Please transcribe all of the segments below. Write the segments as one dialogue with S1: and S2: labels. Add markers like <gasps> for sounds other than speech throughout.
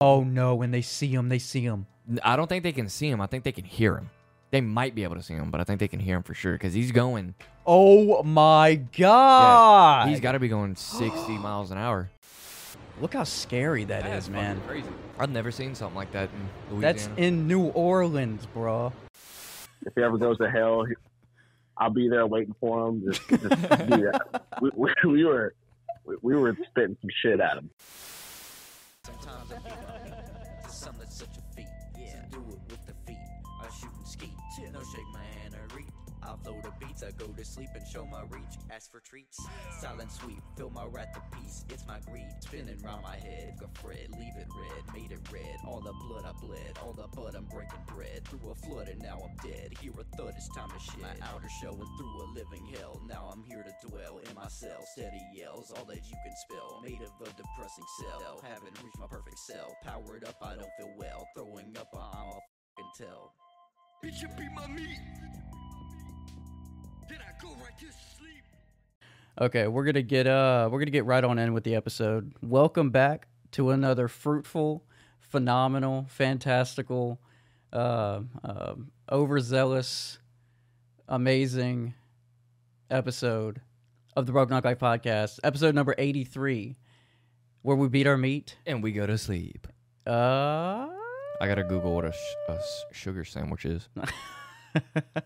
S1: Oh no, when they see him, they see him.
S2: I don't think they can see him. I think they can hear him. They might be able to see him, but I think they can hear him for sure because he's going.
S1: Oh my god.
S2: He's got to be going
S1: <gasps>
S2: 60 miles an hour.
S1: Look how scary that is, man.
S2: Crazy. I've never seen something like that in Louisiana.
S1: That's in New Orleans, bro.
S3: If he ever goes to hell, he- I'll be there waiting for him. Just, just do that. We, we, we were we, we were spitting some shit at him.
S4: Sometimes I beat my meat. Some that's such a feat. Yeah. do it with the feet. I shoot and ski. No shake my hand or reach. I flow the beats. I go to sleep and show my reach. Ask for treats. Silent sweep. Fill my wrath to peace. It's my greed. Spinning round my head. Got Fred. Leave it red. Made it red. All the blood I bled. All the blood I'm breaking bread. Through a flood and now I'm dead. Hear a thud. It's time to shit. My outer shell went through a living hell. Now I'm here to dwell in my cell. Steady yells. All that you can spell. Made of a depressing cell. Haven't reached my perfect cell. Powered up. I don't feel well. Throwing up. I'm a fucking tell. Bitch, you beat my meat. Then I go right to sleep.
S1: Okay, we're gonna get uh we're gonna get right on in with the episode. Welcome back to another fruitful, phenomenal, fantastical, uh, um overzealous, amazing episode of the Broken Knock Life podcast, episode number eighty three, where we beat our meat.
S2: and we go to sleep.
S1: Uh
S2: I gotta Google what a, sh- a s- sugar sandwich is.
S1: <laughs>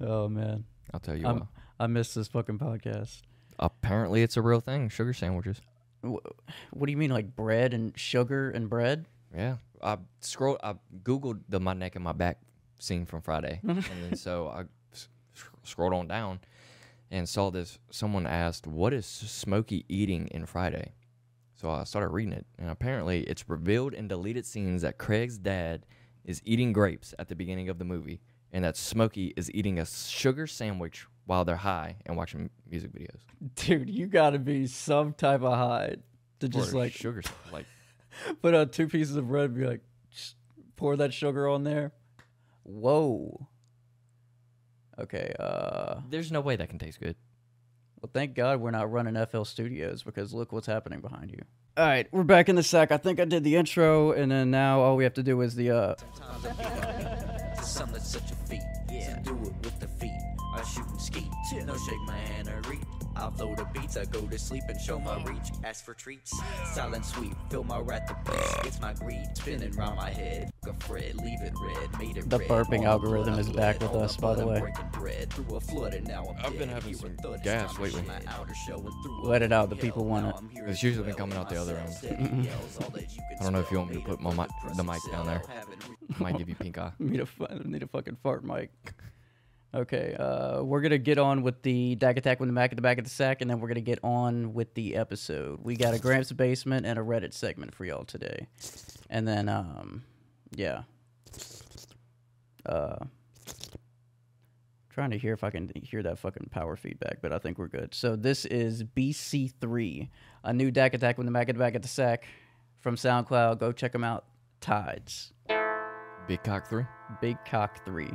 S1: oh man,
S2: I'll tell you.
S1: I'm,
S2: what.
S1: I missed this fucking podcast.
S2: Apparently, it's a real thing. Sugar sandwiches.
S1: What do you mean, like bread and sugar and bread?
S2: Yeah, I scroll. I googled the my neck and my back scene from
S1: <laughs>
S2: Friday, and then so I s- scrolled on down and saw this. Someone asked, "What is Smokey eating in Friday?" So I started reading it, and apparently, it's revealed in deleted scenes that Craig's dad is eating grapes at the beginning of the movie, and that Smokey is eating a sugar sandwich while they're high and watching music videos.
S1: Dude, you gotta be some type of high to just
S2: Or
S1: like
S2: sugar, s- like
S1: put out two pieces of bread and be like, "Just pour that sugar on there. Whoa. Okay, uh
S2: there's no way that can taste good.
S1: well thank God we're not running FL Studios because look what's happening behind you. Alright, we're back in the sack. I think I did the intro and then now all we have to do is the uh
S4: Sometimes I beat my meat. Some that's such a feat. Yeah. do it with the feet. I shoot and ski. No shake my hand or reach. I flow the beats. I go to sleep and show my reach. Ask for treats. Silent sweep. Fill my wrath to peace. It's my greed. Spinning round my head. Fuck A Fred. Leave it red. Made it
S1: The
S4: red.
S1: burping
S4: All
S1: algorithm
S4: blood
S1: is
S4: I
S1: back
S4: bled.
S1: with
S4: All
S1: us, by the
S4: blood I'm
S1: way.
S4: breaking bread. Through a flood and now I'm
S2: I've been
S4: dead.
S2: having
S4: Here
S2: some
S4: with thud, it's
S2: gas
S4: time to
S2: lately.
S4: shine. My outer shell went through a
S1: Let it out, the
S4: living
S1: people
S4: hell.
S1: want
S4: Now
S1: it.
S4: I'm here
S2: It's
S4: to
S2: usually been
S4: dwell
S2: coming
S4: in
S2: out the
S4: my
S2: other
S4: cell. Steady yells,
S2: <laughs>
S4: all that you can
S2: I don't know if you
S4: spell.
S2: want me to
S4: Made
S2: put
S4: of
S2: my mi-
S4: perfect
S2: the mic
S4: presence.
S2: down there.
S4: Haven't reached
S2: Might give you pink
S1: <laughs>
S2: eye.
S1: need a fu- need a fucking fart mic. Okay, uh, we're gonna get on with the Dag Attack with the Mac at the back of the sack, and then we're gonna get on with the episode. We got a Gramps basement and a Reddit segment for y'all today, and then um, yeah, uh, trying to hear if I can hear that fucking power feedback, but I think we're good. So this is BC three, a new Dak Attack with the Mac at the back of the sack from SoundCloud. Go check them out. Tides.
S2: Big cock three.
S1: Big Cock 3.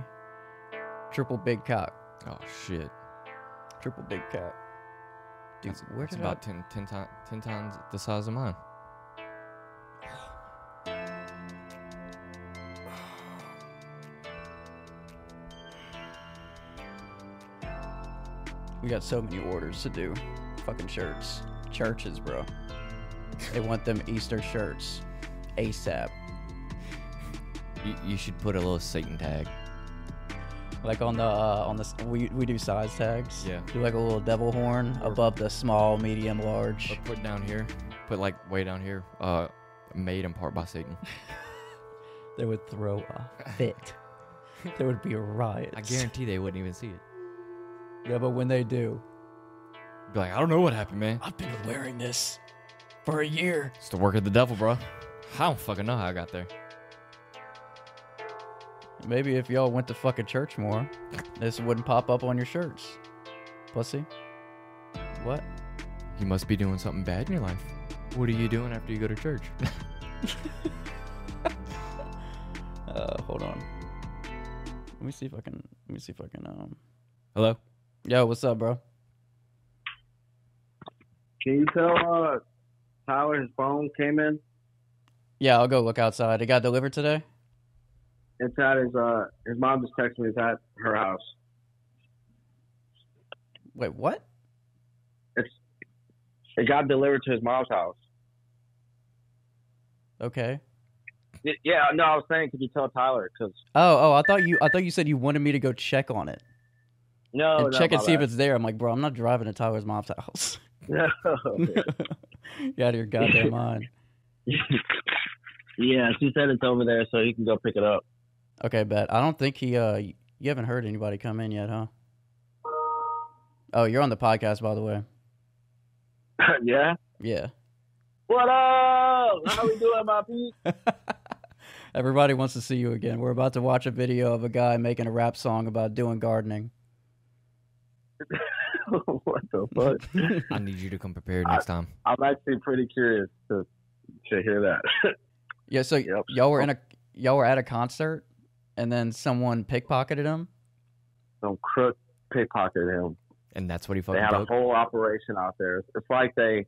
S1: Triple Big Cock.
S2: Oh shit.
S1: Triple Big Cock. Dude,
S2: That's,
S1: where
S2: that's
S1: did I-
S2: about 10, 10, ti- 10 times the size of mine.
S1: We got so many orders to do. Fucking shirts. Churches, bro. They want them Easter shirts. ASAP.
S2: You, you should put a little Satan tag.
S1: Like on the uh, on the s- we, we do size tags.
S2: Yeah.
S1: Do like a little devil horn above the small, medium, large.
S2: But put down here. Put like way down here. Uh, made in part by
S1: <laughs>
S2: Satan.
S1: They would throw
S2: <laughs>
S1: a fit. there would be riots.
S2: I guarantee they wouldn't even see it.
S1: Yeah, but when they do,
S2: Be like, I don't know what happened, man.
S1: I've been wearing this for a year.
S2: It's the work of the devil, bro. I don't fucking know how I got there.
S1: Maybe if y'all went to fucking church more, this wouldn't pop up on your shirts. Pussy. What?
S2: You must be doing something bad in your life. What are you doing after you go to church? <laughs>
S1: Uh, hold on. Let me see if I can. Let me see if I can. Um.
S2: Hello.
S1: Yo, what's up, bro?
S3: Can you tell uh, Tyler his phone came in?
S1: Yeah, I'll go look outside. It got delivered today.
S3: It's at his uh his mom just texted me. It's at her house.
S1: Wait, what?
S3: It got delivered to his mom's house.
S1: Okay.
S3: Y- yeah, no, I was saying, could you tell Tyler? Because
S1: Oh, oh, I thought you I thought you said you wanted me to go check on it.
S3: no,
S1: and
S3: Oh, no,
S1: check and
S3: my
S1: see if
S3: bad.
S1: it's there. I'm like, bro, I'm not driving to Tyler's mom's house. <laughs>
S3: <laughs> No.
S1: you out of your goddamn mind.
S3: <laughs> yeah, she said it's over there, so you can go pick it up. <laughs>
S1: Okay, bet. I don't think he uh y- you haven't heard anybody come in yet, huh? Oh, you're on the podcast by the way.
S3: yeah.
S1: Yeah.
S3: What up? How we doing, my peeps? <laughs>
S1: <laughs> Everybody wants to see you again. We're about to watch a video of a guy making a rap song about
S2: <laughs>
S1: doing gardening.
S3: what the fuck?
S2: I need you to come prepared next time.
S3: I'm actually pretty curious to to hear that. <laughs>
S1: Yeah, so
S3: Yep.
S1: y'all were in a y'all were at a concert and then someone pickpocketed him.
S3: Some crook pickpocketed him.
S2: And that's what he
S3: they
S2: fucking
S3: had
S2: took.
S3: a whole operation out there. It's like they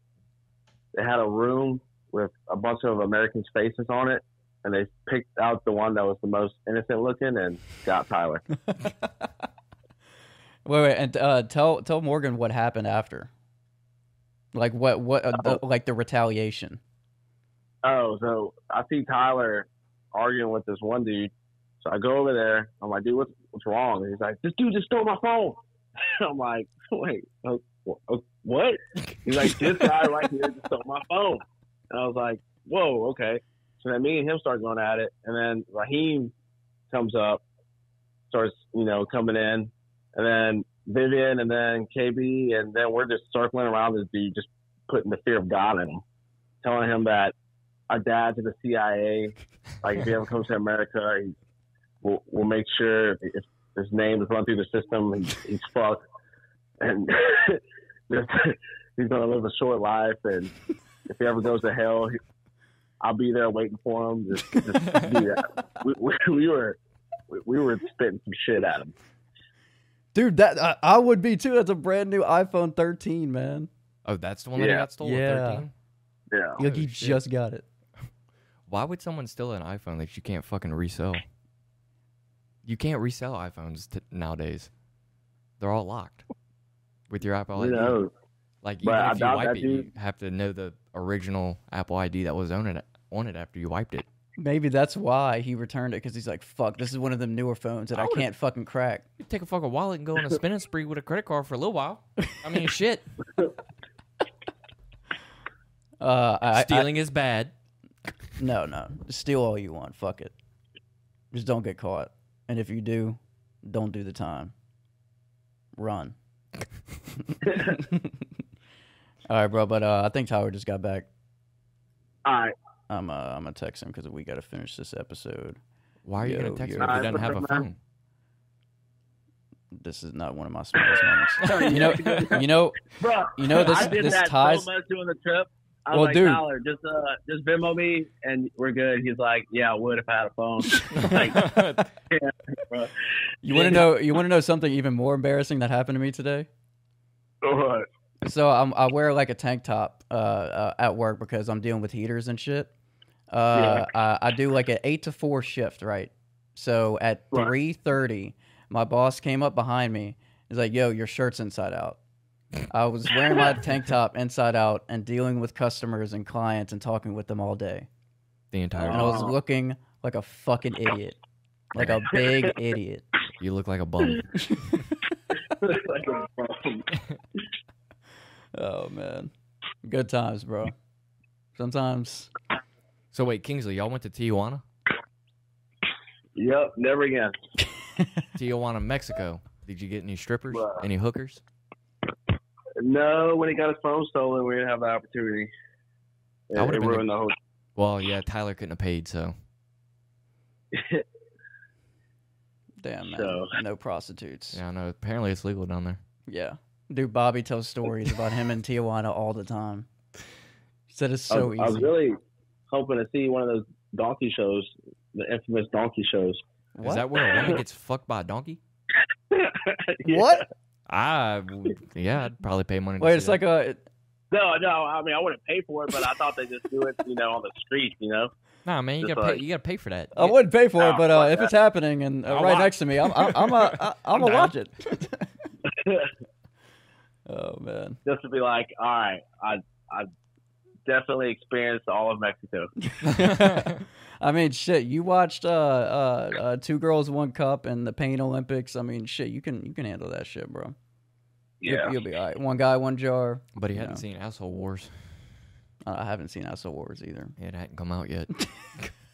S3: they had a room with a bunch of Americans' faces on it, and they picked out the one that was the most innocent looking and got Tyler.
S1: Wait, wait, and uh, tell tell Morgan what happened after. Like what what uh,
S2: Oh.
S1: the, like the retaliation.
S3: oh, so I see Tyler arguing with this one dude. So I go over there. I'm like, dude, what's what's wrong? And he's like, this dude just stole my phone. <laughs> I'm like, wait, oh, wh- oh, what? He's like, this guy right here just stole my phone. And I was like, whoa, okay. So then me and him start going at it, and then Raheem comes up, starts you know coming in, and then Vivian, and then KB, and then we're just circling around this dude, just putting the fear of God in him, telling him that our dad's in the CIA. Like if he ever comes to America, he, we'll, we'll make sure if his name is run through the system, he, he's fucked, and <laughs> just- he's gonna live a short life. And if he ever goes to hell, he, I'll be there waiting for him. Just, just do that. We, we, we were we, we were spitting some shit at him.
S1: Dude, that I, I would be too. That's a brand new iPhone 13, man.
S2: Oh, that's the one that
S3: Yeah.
S2: that got stolen.
S1: Yeah.
S2: 13?
S3: Yeah,
S1: Like
S2: Oh,
S1: you
S2: shit.
S1: just got it.
S2: Why would someone steal an iPhone that you can't fucking resell? You can't resell iPhones t- nowadays. They're all locked with your Apple
S3: who
S2: ID.
S3: knows?
S2: Like even
S3: But I
S2: if you
S3: doubt
S2: wipe
S3: that
S2: it, you
S3: dude-
S2: have to know the original Apple ID that was on it on it after you wiped it.
S1: Maybe that's why he returned it because he's like, "Fuck, this is one of them newer phones that I,
S2: I would've-
S1: can't fucking crack."
S2: You take a fucking wallet and go on a spending spree with a credit card for a little while. I mean, shit.
S1: Uh, <laughs> I, I-
S2: Stealing is bad.
S1: no, no, steal all you want. Fuck it. Just don't get caught. And if you do, don't do the time. Run. <laughs> all right, bro. But uh, I think Tyler just got back.
S3: All right,
S1: I'm uh, I'm gonna text him because we gotta finish this episode.
S2: Why are you
S1: Yo,
S2: gonna text
S1: yo.
S2: me if
S3: Nah,
S2: you don't
S3: it's
S2: have a
S3: okay,
S2: phone?
S3: man.
S1: This is not one of my smartest
S3: <laughs>
S1: moments. you know, you know,
S3: bro.
S1: You know, this-
S3: I did
S1: this
S3: that
S1: ties-
S3: <laughs> so much during the trip. I was
S1: Well,
S3: like,
S1: dude.
S3: Tyler, just uh, just Venmo me, and we're good. He's like, yeah, I would if I had a
S1: <laughs>
S3: phone.
S1: you want to know, you want to know something even more embarrassing that happened to me today.
S3: Alright.
S1: So I'm, I wear like a tank top uh, uh, at work because I'm dealing with heaters and shit. Uh, I, I do like an eight to four shift, right? So at
S3: Right.
S1: three thirty, my boss came up behind me. He's like, "Yo, your shirt's inside out." I was wearing <laughs> my tank top inside out and dealing with customers and clients and talking with them all day,
S2: the entire
S1: and I was
S3: Oh.
S1: looking like a fucking idiot, like a big <laughs> idiot.
S2: you look like a bum.
S3: Like a phone.
S1: Oh man, good times, bro. Sometimes
S2: So wait, Kingsley, y'all went to Tijuana?
S3: <laughs> Yep, never again.
S2: Tijuana, Mexico. Did you get any strippers?
S3: Bruh.
S2: Any hookers?
S3: No, when he got his phone stolen, we didn't have the opportunity. It,
S2: I would've
S3: it
S2: been-
S3: ruined the whole.
S2: Well, yeah, Tyler couldn't have paid, so
S1: Damn man,
S3: So-
S1: no prostitutes. Yeah.
S2: yeah, I know. Apparently, it's legal down there.
S1: dude. Bobby tells stories about him in Tijuana all the time. He said it's
S3: I,
S1: so
S3: was-
S1: easy.
S3: I was Oh, really hoping to see one of those donkey shows, the infamous donkey shows. <laughs>
S2: Is
S1: What?
S2: that where a woman gets fucked by a donkey?
S3: Yeah.
S1: What?
S2: I would- <laughs> yeah, I'd probably pay money. To
S1: Wait,
S2: see
S1: it's
S2: that.
S1: like a
S3: No, no. I mean, I wouldn't pay for it, but I thought they just do it, you know, on the street, you know.
S2: Nah, man, you
S3: Just
S2: gotta pay,
S3: like-
S2: you gotta pay for that.
S1: I <laughs> wouldn't pay for it,
S3: Nah,
S1: but uh,
S3: fuck
S1: if it's happening and uh,
S5: I'll
S1: right
S5: watch.
S1: next to me, I'm I'm I'm, uh, I- I'm
S5: I'm
S1: gonna
S5: down.
S1: watch it. <laughs> oh man,
S3: just to be like, all right, I I definitely experienced all of Mexico.
S1: I mean shit. You watched uh, uh uh two girls one cup and the pain Olympics. I mean shit, you can you can handle that shit, bro. You'll-
S3: Yeah,
S1: you'll, be all right. One guy, one jar.
S2: <laughs> but he hadn't
S1: No.
S2: seen Asshole Wars.
S1: Uh, I haven't seen Ice Wars either.
S2: It hadn't come out
S1: <laughs>
S2: yet.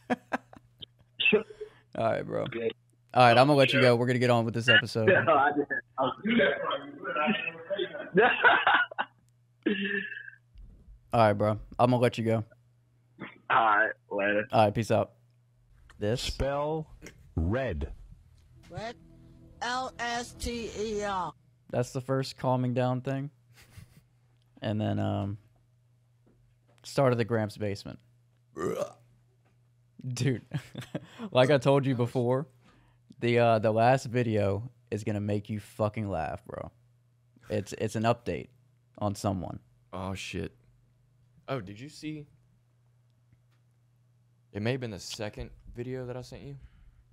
S1: All right, bro.
S3: Good.
S1: All right, I'm gonna let you go. We're gonna get on with
S3: <laughs>
S1: this episode.
S3: <laughs> No, I didn't. I was-
S1: All right, bro. I'm gonna let you go.
S3: <laughs> all right, later.
S1: All right, peace out. This.
S5: Spell red.
S6: What? L S T E R.
S1: That's the first calming down thing. And then um started the Gramps basement. Dude, <laughs> like I told you before, the uh the last video is gonna make you fucking laugh, bro. It's it's an update on someone.
S2: oh shit. Oh, did you see? It may have been the second video that I sent you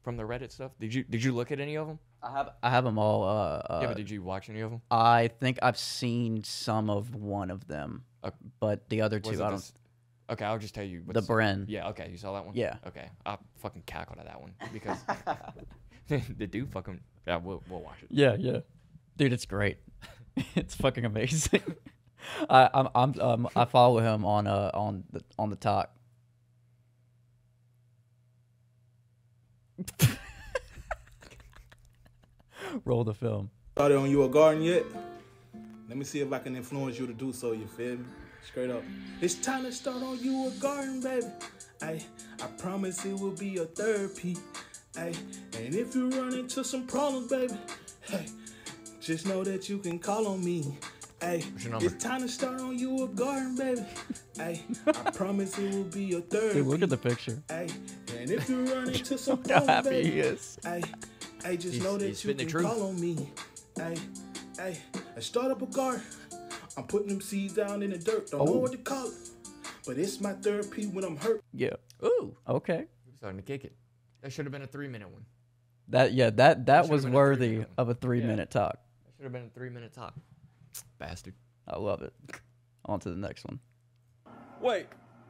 S2: from the Reddit stuff. Did you did you look at any of them?
S1: I have I have them all. Uh, uh,
S2: yeah, but did you watch any of them?
S1: I think I've seen some of one of them,
S2: Uh,
S1: but the other two I don't.
S2: okay, I'll just tell you.
S1: The
S2: what's-
S1: Bren.
S2: Yeah, okay, you saw that one.
S1: Yeah.
S2: Okay, I fucking cackled at that one because <laughs> the dude fucking. Yeah, we'll we'll watch it.
S1: Yeah, yeah. Dude, it's great. <laughs> it's fucking amazing. <laughs> I, I'm, I'm, um, I follow him on, uh, on the, on the talk. <laughs> Roll the film.
S7: Started on you a garden yet? Let me see if I can influence you to do so, you feel me? Straight up. It's time to start on you a garden, baby. I I promise it will be your therapy. Ay, and if you run into some problems, baby, hey, just know that you can call on me. Ay,
S2: your number?
S7: it's time to start on you a garden, baby. Ay,
S2: <laughs>
S7: I promise it will be your therapy.
S1: Dude, look at the picture.
S7: Ay, and if you run into some
S1: Look how
S7: problems,
S1: happy
S7: baby,
S1: he is.
S7: Hey, hey, just
S2: He's-
S7: know
S2: he's
S7: that you
S2: spitting the
S7: can
S2: truth.
S7: call on me. Hey, hey, I start up a garden. I'm putting them seeds down in the dirt. Don't know
S1: Oh.
S7: what to call it, but it's my therapy when I'm hurt.
S1: Yeah.
S2: Ooh,
S1: Okay.
S2: I'm starting to kick it. That should have been a three minute one.
S1: That, yeah, that, that
S2: should've
S1: was
S2: been a
S1: worthy
S2: three-minute
S1: of a three minute talk.
S2: That should have been a three minute talk. Bastard.
S1: I love it. On to the next one.
S8: Wait,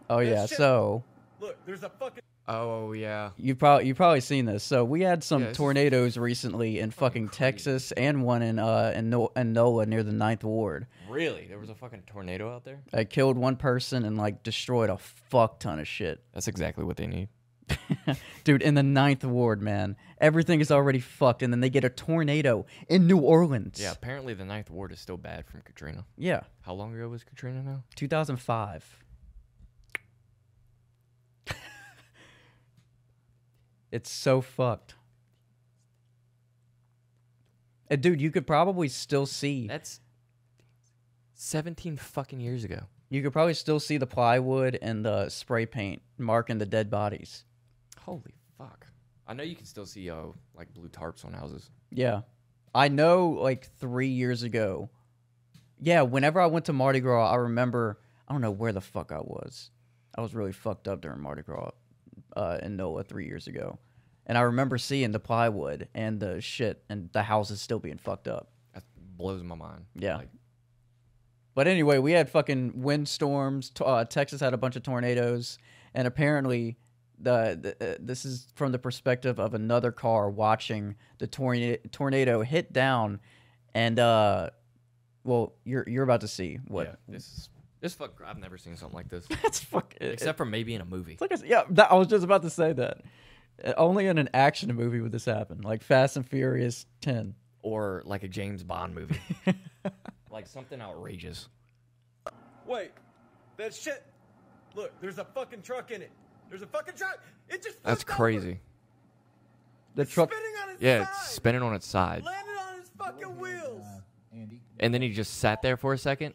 S1: Oh
S8: That
S1: yeah.
S8: shit-
S1: So
S8: look, there's a fucking
S2: Oh yeah.
S1: You probably you probably seen this. So we had some
S2: Yeah, this is
S1: tornadoes recently in fucking Texas and one in uh in, no- in NOLA near the Ninth Ward.
S2: Really? There was a fucking tornado out there.
S1: It killed one person and like destroyed a fuck ton of shit.
S2: That's exactly what they need.
S1: Dude, in the Ninth Ward, man, everything is already fucked, and then they get a tornado in New Orleans.
S2: Yeah. Apparently, the ninth ward is still bad from Katrina.
S1: yeah,
S2: How long ago was Katrina now?
S1: 2005. it's so fucked. And dude, you could probably still see
S2: That's seventeen fucking years ago.
S1: You could probably still see the plywood and the spray paint marking the dead bodies.
S2: Holy fuck. I know you can still see uh, like blue tarps on houses.
S1: Yeah. I know like three years ago. Yeah, whenever I went to Mardi Gras, I remember I don't know where the fuck I was. I was really fucked up during Mardi Gras uh, in NOLA three years ago. And I remember seeing the plywood and the shit and the houses still being fucked up.
S2: That blows my mind.
S1: Yeah.
S2: Like,
S1: But anyway, we had fucking windstorms. T- uh, Texas had a bunch of tornadoes, and apparently, the, the uh, this is from the perspective of another car watching the tornado tornado hit down, and uh, well, you're you're about to see what
S2: yeah, this is this fuck. I've never seen something like this
S1: <laughs> that's fucking
S2: except for maybe in a movie.
S1: It's like I s- yeah, that, I was just about to say that. Uh, Only in an action movie would this happen, like Fast and Furious Ten.
S2: or like a James Bond movie. like something outrageous.
S8: wait, that shit. Look, there's a fucking truck in it. There's a fucking truck. It just.
S2: That's
S8: flipped over.
S2: crazy.
S1: The truck.
S8: Spinning on its
S2: Yeah,
S8: side.
S2: it's spinning on its side.
S8: landed on its fucking wheels.
S2: And then he just sat there for a second,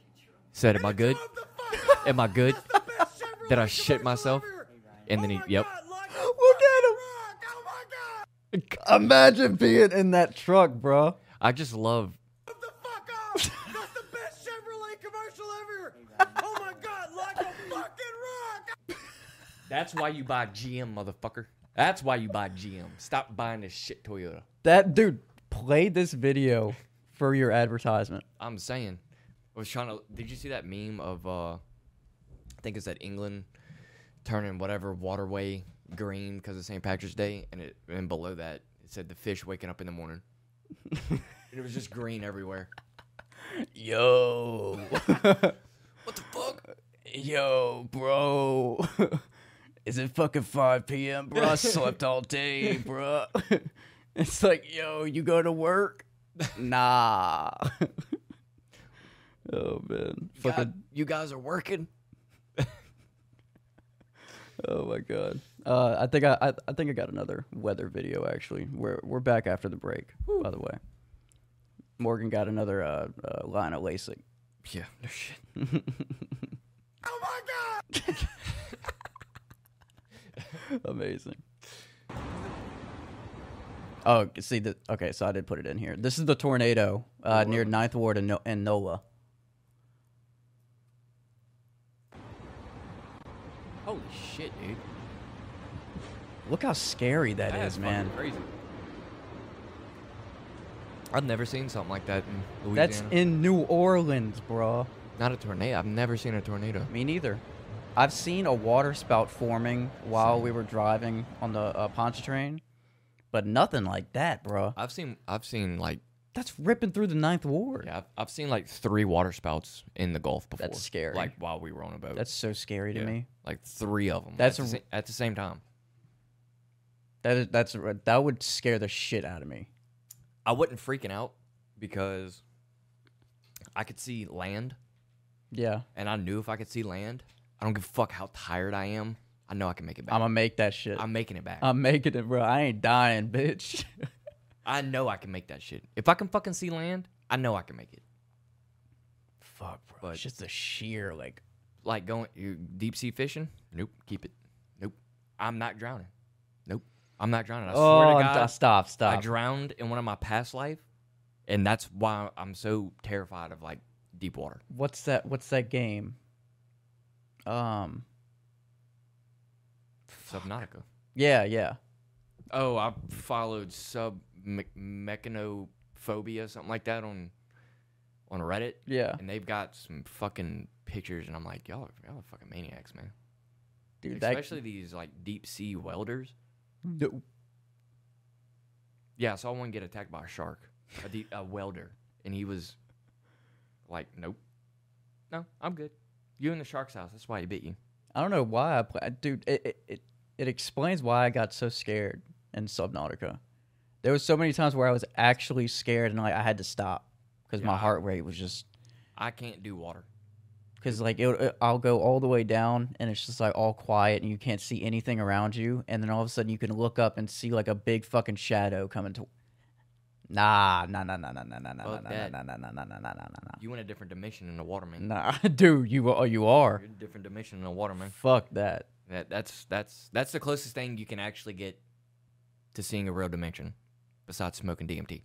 S2: said, Am I good?
S8: Drove the fuck off.
S2: Am I good?
S8: That's the best Chevrolet
S2: Did I shit
S8: commercial
S2: myself?
S8: ever.
S2: And then
S8: Oh
S2: he,
S8: my
S2: yep.
S8: God, like a
S1: Look at him.
S8: truck. Oh my god!
S1: Imagine being in that truck, bro.
S2: I just love,
S8: Drove the fuck off. That's the best Chevrolet commercial ever. Oh my god! Like a fucking rock.
S2: That's why you buy GM, motherfucker. That's why you buy GM. Stop buying this shit Toyota.
S1: That dude played
S2: <laughs>
S1: this video for your advertisement.
S2: I'm saying. I was trying to. Did you see that meme of? uh I think it's that England turning whatever waterway green because of St. Patrick's Day, and it and below that it said the fish waking up in the morning. <laughs> and it was just green everywhere.
S1: Yo. what the fuck? Yo,
S2: Oh. <laughs>
S1: bro. Is it fucking 5 p.m., bro? I slept all day, bro. <laughs> it's like, yo, you go to work? Nah. <laughs> oh, man. Fucking,
S2: God, you guys are working.
S1: oh, my God. Uh, I think I, I, I think I got another weather video, actually. We're, we're back after the break, by the way. Morgan got another uh, uh, line of LASIK.
S2: Yeah, no shit.
S1: Amazing. Oh, see the okay. So I did put it in here. This is the tornado uh,
S2: Oh,
S1: near Ninth Ward and, no- and NOLA.
S2: Holy shit, dude.
S1: Look how scary that is,
S2: fucking
S1: man.
S2: Crazy. I've never seen something like that in Louisiana.
S1: That's in New Orleans, bro.
S2: Not a tornado. I've never seen a tornado.
S1: Me neither. I've seen a water spout forming while we were driving on the uh, Pontchartrain, but nothing like that, bro.
S2: I've seen. I've seen like.
S1: That's ripping through the Ninth Ward.
S2: Yeah, I've, I've seen like three water spouts in the Gulf before.
S1: scary.
S2: Like while we were on a boat.
S1: That's so scary to
S2: Yeah.
S1: me.
S2: like three of them.
S1: That's
S2: at,
S1: a-
S2: the, sa- at the same time.
S1: That is that's that would scare the shit out of me.
S2: I wasn't freaking out because I could see land,
S1: Yeah,
S2: and I knew if I could see land, I don't give a fuck how tired I am. I know I can make it back.
S1: I'm gonna make that shit.
S2: I'm making it back.
S1: I'm making it, bro. I ain't dying, bitch. <laughs>
S2: I know I can make that shit. If I can fucking see land, I know I can make it.
S1: Fuck, bro.
S2: But-
S1: it's just the sheer, like,
S2: Like going you deep sea fishing? Nope. Keep it. Nope. I'm not drowning. Nope. I'm not drowning. I swear
S1: oh,
S2: to God.
S1: d- stop,
S2: I
S1: stop.
S2: drowned in one of my past life, and that's why I'm so terrified of like deep water.
S1: what's that? What's that game? Um,
S2: Subnautica.
S1: yeah, yeah.
S2: Oh, I followed sub me- mechanophobia, something like that on on Reddit,
S1: Yeah,
S2: and they've got some fucking pictures, and I'm like, y'all are, y'all are fucking maniacs, man.
S1: dude. That,
S2: Especially these like deep sea welders.
S1: No.
S2: Yeah, I saw one get attacked by a shark, a, deep, a welder, and he was like, nope, no, I'm good. You in the shark's house? That's why he bit you.
S1: I don't know why I play, dude. It, it it it explains why I got so scared in Subnautica. There was so many times where I was actually scared and like I had to stop because my
S2: Yeah.
S1: heart rate was just
S2: I can't do water.
S1: because like it, it- I'll go all the way down and it's just like all quiet and you can't see anything around you, and then all of a sudden you can look up and see like a big fucking shadow coming to. Nah, nah, nah, nah, nah, nah, nah, nah, nah,
S2: Fuck
S1: nah,
S2: that.
S1: nah, nah, nah, nah, nah, nah, nah,
S2: You in a different dimension in the water, man.
S1: nah, nah, <laughs> dude, you are, you are.
S2: You're in a different dimension in the water, man.
S1: Fuck that.
S2: That that's that's that's the closest thing you can actually get to seeing a real dimension, besides smoking DMT.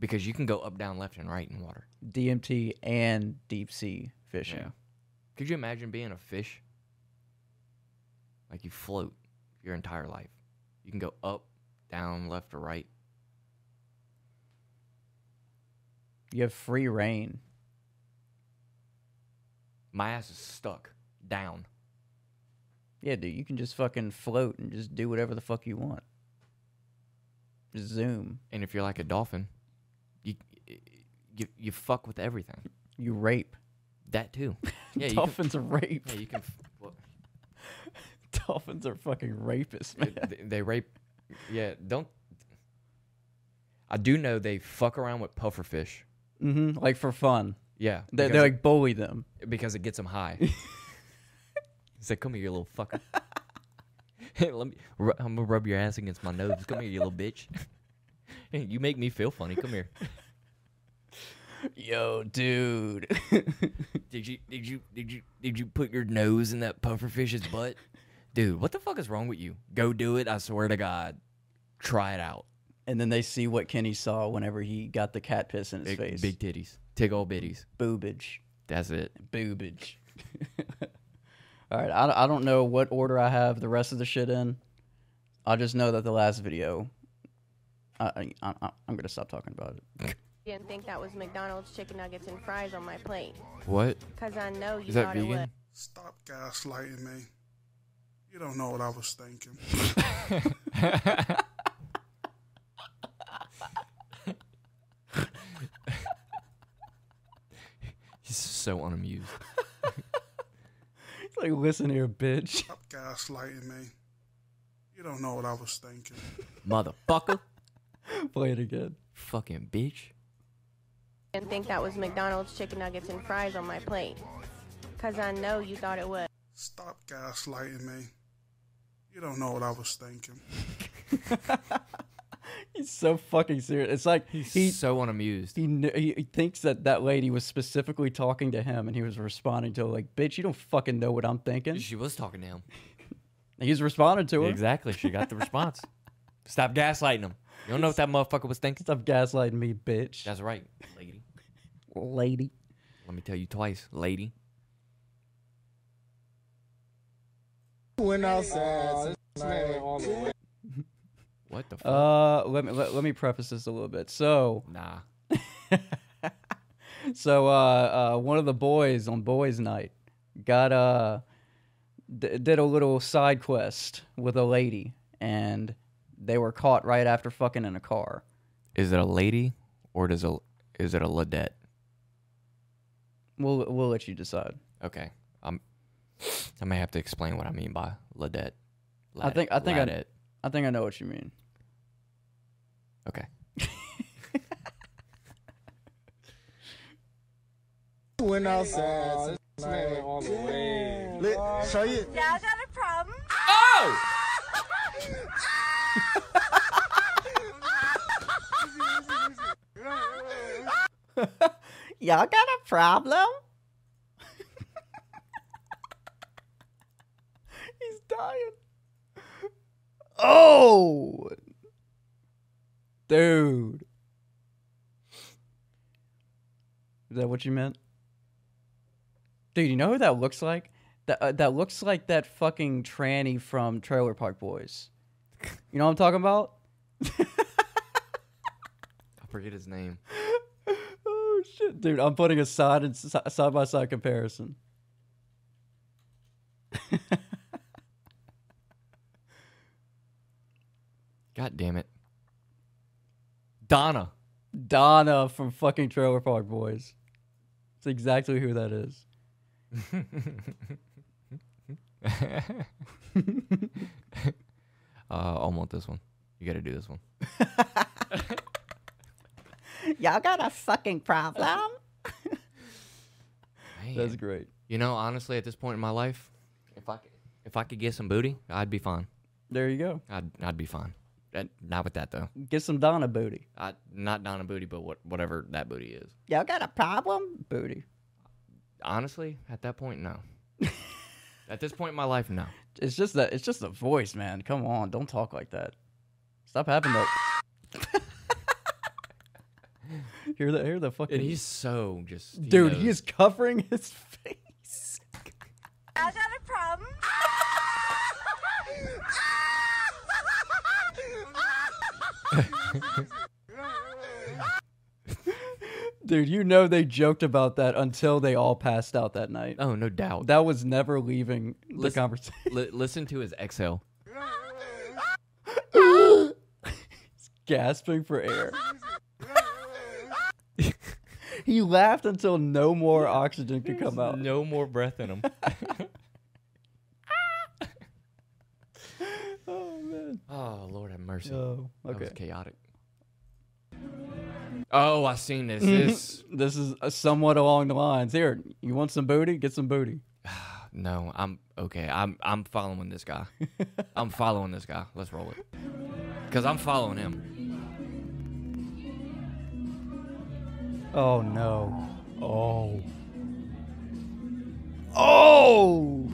S2: Because you can go up, down, left, and right in water.
S1: DMT and deep sea fishing.
S2: Yeah. Could you imagine being a fish? Like you float your entire life. You can go up, down, left, or right.
S1: You have free reign.
S2: My ass is stuck down.
S1: Yeah, dude, you can just fucking float and just do whatever the fuck you want. Just zoom.
S2: And if you're like a dolphin, you you you fuck with everything.
S1: You rape.
S2: That too.
S1: <laughs>
S2: Yeah, you can,
S1: Dolphins are rape.
S2: yeah, you can. f- Well,
S1: <laughs> Dolphins are fucking rapists, man.
S2: Th- th- they rape. Yeah, don't. I do know they fuck around with pufferfish.
S1: hmm Like for fun.
S2: Yeah,
S1: They,
S2: because,
S1: they like bully them.
S2: because it gets them <laughs> high. He's like, "Come here, you little fucker. <laughs> Let me. Ru- I'm gonna rub your ass against my nose. Come here, you little bitch. <laughs> Hey, you make me feel funny. Come here.
S1: Yo, Oh, dude.
S2: <laughs> Did you? Did you? Did you? Did you put your nose in that pufferfish's butt? Dude, what the fuck is wrong with you? Go do it. I swear to God. Try it out.
S1: and then they see what Kenny saw whenever he got the cat piss in his
S2: Big,
S1: face.
S2: big titties. Tig old bitties.
S1: boobage.
S2: That's it.
S1: Boobage. <laughs> All right, I, I don't know what order I have the rest of the shit in. I just know that the last video. I, I, I I'm gonna stop talking about it.
S9: didn't think that was McDonald's chicken nuggets and fries on my plate.
S2: What?
S9: Cause I know you
S2: Is that
S9: thought it was.
S2: vegan?
S10: Stop gaslighting me. You don't know what I was thinking.
S2: <laughs> He's so unamused.
S1: It's like, listen here, bitch. <laughs>
S10: Stop gaslighting me. You don't know what I was thinking.
S2: Motherfucker.
S1: Play it again.
S2: Fucking bitch.
S9: Didn't think that was McDonald's chicken nuggets and fries on my plate. Cause I know you thought it was.
S10: Stop gaslighting me. You don't know what I was thinking.
S1: He's so fucking serious. It's like
S2: He's
S1: he
S2: so unamused.
S1: he, kn- he he thinks that that lady was specifically talking to him, and he was responding to her like, "Bitch, you don't fucking know what I'm thinking."
S2: She was talking to him.
S1: He's responding to her.
S2: Exactly. She got the response. Stop gaslighting him. You don't know what that motherfucker was thinking.
S1: Stop gaslighting me, bitch,
S2: That's right, lady.
S1: lady.
S2: Let me tell you twice, lady. When I <laughs> What the fuck?
S1: Uh, let me let, let me preface this a little bit. So,
S2: nah.
S1: so uh, uh, one of the boys on boys' night got uh d- did a little side quest with a lady, and they were caught right after fucking in a car.
S2: Is it a lady or does a is it a ladette?
S1: We'll we'll let you decide.
S2: Okay. I'm I may have to explain what I mean by ladette.
S1: I think I think I
S2: Ladette.
S1: I think I know what you mean.
S2: Okay.
S9: Y'all got a problem?
S1: Y'all got a problem? <laughs> He's dying. Oh, dude. Is that what you meant? Dude, you know who that looks like? That uh, that looks like that fucking tranny from Trailer Park Boys. You know what I'm talking about?
S2: I forget his name.
S1: Oh shit, dude! I'm putting a side and si- side by side comparison.
S2: God damn it.
S1: <laughs>
S2: Donna. <laughs>
S1: Donna from fucking Trailer Park Boys. It's exactly who that is.
S2: Uh, I want this one. You got to do this one.
S1: Y'all got a fucking problem? That's
S2: Man.
S1: great.
S2: You know, honestly, at this point in my life, if I could, if I could get some booty, I'd be fine.
S1: There you go.
S2: I'd I'd be fine. That, not with that though.
S1: Get some Donna booty.
S2: I not Donna booty, but what whatever that booty is.
S1: Y'all got a problem? Booty.
S2: Honestly, at that point,
S1: <laughs>
S2: no. at this point in my life, no.
S1: It's just that. It's just the voice, man. Come on, don't talk like that. Stop having <laughs> that. hear the hear the fucking.
S2: And he's so just he
S1: dude,
S2: knows.
S1: he is covering his face.
S9: Y'all got a problem?
S1: Dude, you know they joked about that until they all passed out that night.
S2: Oh no doubt.
S1: That was never leaving the
S2: Listen-
S1: conversation.
S2: Li- listen to his exhale.
S1: <gasps> gasping for air. <laughs> he laughed until no more oxygen could come out.
S2: No more breath in him.
S1: <laughs>
S2: <laughs>
S1: Oh man.
S2: oh Lord have mercy.
S1: Oh,
S2: That was
S1: okay.
S2: chaotic. Oh, I seen <laughs> this. This
S1: This is uh, somewhat along the lines. Here, you want some booty? Get some booty.
S2: no, I'm okay. I'm I'm following this <laughs> guy. I'm following this guy. Let's roll it. Cause I'm following him.
S1: Oh no. Oh. Oh.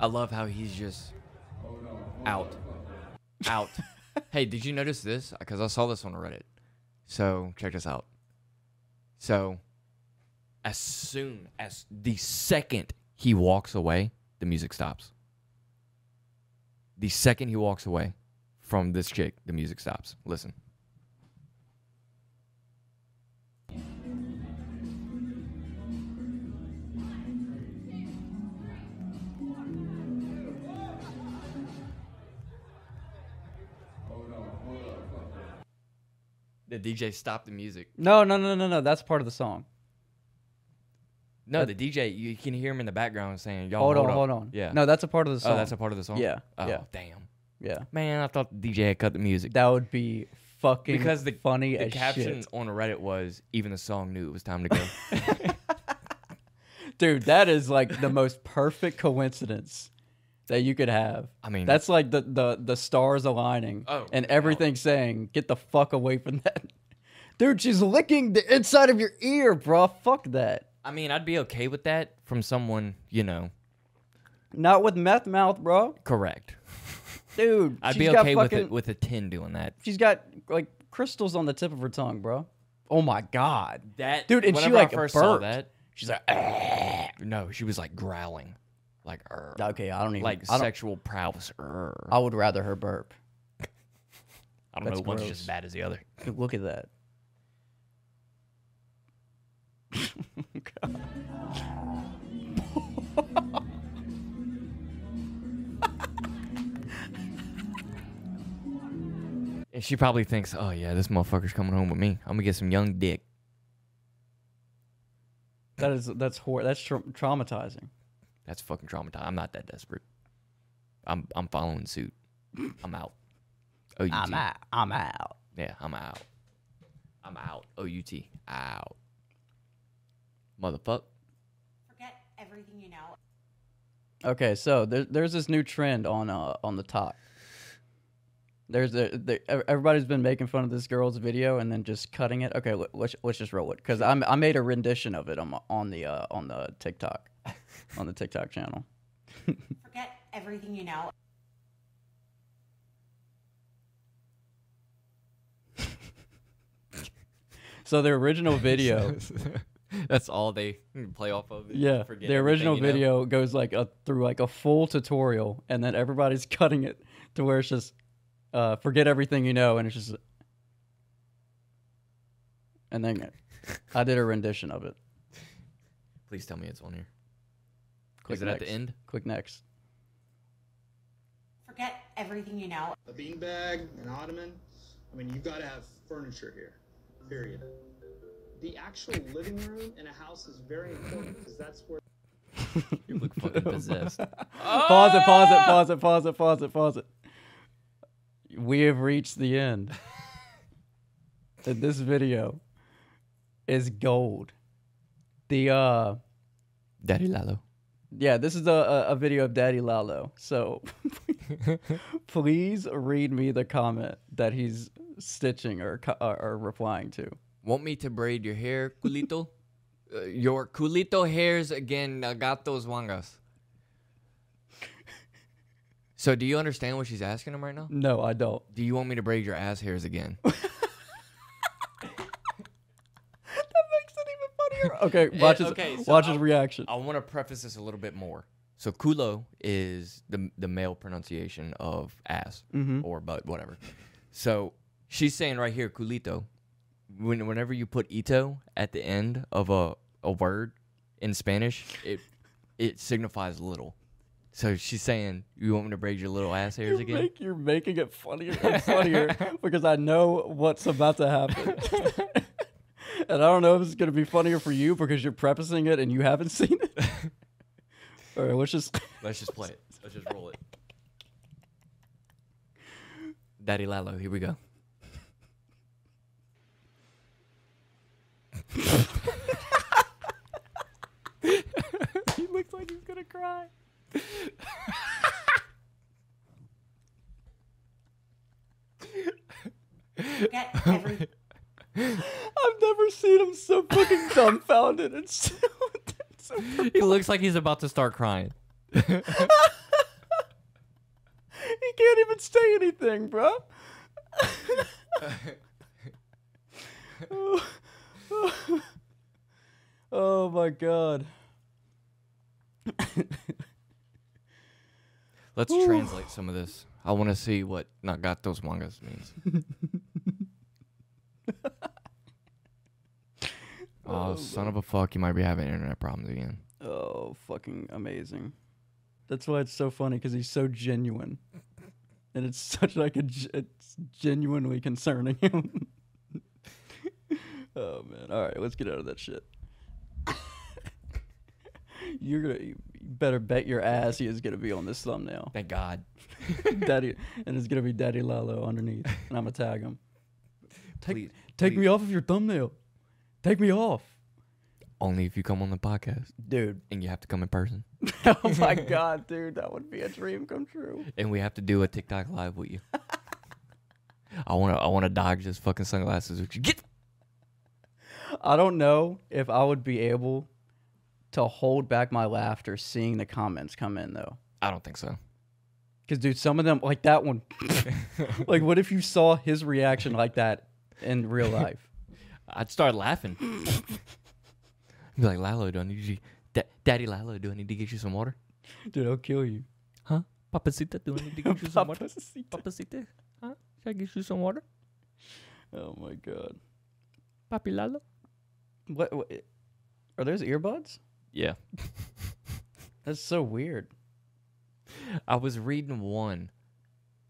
S2: I love how he's just out, <laughs> out. hey, did you notice this? Cause I saw this on Reddit. So check this out. So As soon as the second he walks away, the music stops. The second he walks away from this chick, the music stops. Listen. The DJ stopped the music.
S1: No, no, no, no, no. That's part of the song.
S2: No, the DJ, you can hear him in the background saying, "Y'all
S1: Hold
S2: Oh, hold,
S1: on,
S2: up."
S1: hold on.
S2: Yeah.
S1: No, that's a part of the
S2: Oh,
S1: song.
S2: that's a part of the song.
S1: Yeah,
S2: Oh,
S1: yeah.
S2: damn.
S1: Yeah.
S2: Man, I thought the DJ had cut the music.
S1: That would be fucking
S2: because the
S1: funny
S2: the
S1: as
S2: caption
S1: shit.
S2: on Reddit was even the song knew it was time to
S1: <laughs>
S2: go.
S1: Dude, that is like the most perfect coincidence that you could have.
S2: I mean-
S1: that's like the the, the stars aligning
S2: Oh,
S1: and
S2: no.
S1: everything saying, get the fuck away from that. <laughs> Dude, she's licking the inside of your ear, bro. Fuck that.
S2: I mean, I'd be okay with that from someone you know.
S1: Not with meth mouth, bro.
S2: Correct.
S1: Dude,
S2: I'd
S1: she's
S2: be
S1: got
S2: okay with
S1: fucking-
S2: it with a ten doing that.
S1: She's got like crystals on the tip of her tongue, bro. Oh my god,
S2: That
S1: dude! And she
S2: whenever I
S1: like
S2: first saw
S1: burped.
S2: that.
S1: She's like, "Ah."
S2: No, she was like growling, like er,
S1: okay, I don't even
S2: like
S1: I, don't,
S2: sexual prowess. Er,
S1: I would rather her burp.
S2: I don't know,
S1: that's
S2: one's
S1: gross.
S2: just as bad as the other.
S1: Dude, look at that.
S2: And she probably thinks, oh yeah, this motherfucker's coming home with me. I'm gonna get some young dick.
S1: That is that's hor- that's tra- traumatizing.
S2: That's fucking traumatized. I'm not that desperate. I'm I'm following suit. I'm out. OUT.
S1: I'm out.
S2: Yeah, I'm out. I'm out. OUT. Out. Motherfuck.
S11: Forget everything you know.
S1: Okay, so there, there's this new trend on uh, on the top. There's a, there, ev- everybody's been making fun of this girl's video and then just cutting it. Okay, let, let's let's just roll it because I I made a rendition of it on my, on the uh, on the
S2: <laughs>
S1: TikTok on the TikTok channel.
S11: Forget everything you know.
S1: So the
S2: <laughs>
S1: original video,
S2: That's all they play off of. is
S1: yeah,
S2: forget
S1: the
S2: everything
S1: original
S2: you know.
S1: video goes like a, through like a full tutorial and then everybody's <laughs> cutting it to where it's just uh, forget everything you know and it's just and then I did a rendition of it.
S2: Please tell me it's on here.
S1: Click
S2: Is it at the
S1: next. <laughs>
S2: end?
S1: Click next.
S11: Forget everything you know.
S12: a beanbag, an ottoman. I mean, you've got to have furniture here, period. The actual living room in a house is very important because that's where
S2: <laughs> You look fucking Oh! possessed.
S1: <laughs> Pause it, pause it, pause it, pause it, pause it, pause it. We have reached
S2: <laughs>
S1: the end. and this video is gold. The uh
S2: Daddy Lalo.
S1: yeah, this is a, a, a video of Daddy Lalo. So <laughs> please read me the comment that he's stitching or co- or, or replying to.
S2: Want me to braid your hair,
S1: <laughs>
S2: culito? uh, your culito hairs again, uh, gatos wangas. So, do you understand what she's asking him right now?
S1: No, I don't. <laughs>
S2: Do you want me to braid your ass hairs again?
S1: Okay,
S2: <laughs>
S1: watch his
S2: okay, so
S1: watch his
S2: I'll-
S1: reaction.
S2: I want to preface this a little bit more. So culo is the the male pronunciation of ass
S1: Mhm.
S2: or butt, whatever. So she's saying right here, culito. When whenever you put ito at the end of a a word in Spanish, it it signifies little. So she's saying, "You want me to braid your little ass hairs
S1: You
S2: again?"
S1: make- you're making it funnier and <laughs> funnier because I know what's about to <laughs> happen. and I don't know if it's going to be funnier for you because you're prefacing it and you haven't seen <laughs> it. All right, let's just.
S2: Let's just play it. Let's just
S1: <laughs>
S2: roll it. Daddy Lalo, here we go.
S1: he looks like he's going to cry.
S11: Forget everything.
S1: I've never seen him so fucking dumbfounded and so. so
S2: He looks like he's about to start crying.
S1: he can't even say anything, bro. <laughs> Oh my god.
S2: Let's
S1: Whew.
S2: translate some of this. I want to see what Nagatos mangas means. oh,
S1: Oh,
S2: son of a fuck, you might be having internet problems again.
S1: Oh, fucking amazing. That's why it's so funny because he's so genuine. And it's such like a ge- it's genuinely concerning him. <laughs> oh man. All right, let's get out of that shit. <laughs> You're going to you better bet your ass he is going to be on this
S2: <laughs>
S1: thumbnail.
S2: Thank God.
S1: Daddy and it's going to be Daddy Lalo underneath and I'm going to tag
S2: <laughs>
S1: him. Take
S2: Please-
S1: take me
S2: please.
S1: off of your thumbnail. Take me off.
S2: Only if you come on the podcast,
S1: <laughs> dude.
S2: And you have to come in person,
S1: oh my god, dude, that would be a dream come true.
S2: and we have to do a TikTok live with you. I want to. I want to dodge this fucking sunglasses. with you. Get
S1: I don't know if I would be able to hold back my laughter seeing the comments come in though.
S2: I don't think so.
S1: Cause dude, some of them like that one. <laughs> like what if you saw his reaction like that in real life?
S2: I'd start laughing. I'd <laughs> be like, Lalo, do I need you? Da- Daddy Lalo, do I need to get you some water?
S1: <laughs> Dude, I'll kill you.
S2: Huh? Papacita, do I need to get you some water? Papacita, huh? Should I get you some water?
S1: Oh my god.
S2: Papi Lalo?
S1: What, what are those earbuds?
S2: Yeah.
S1: That's so weird.
S2: I was reading one.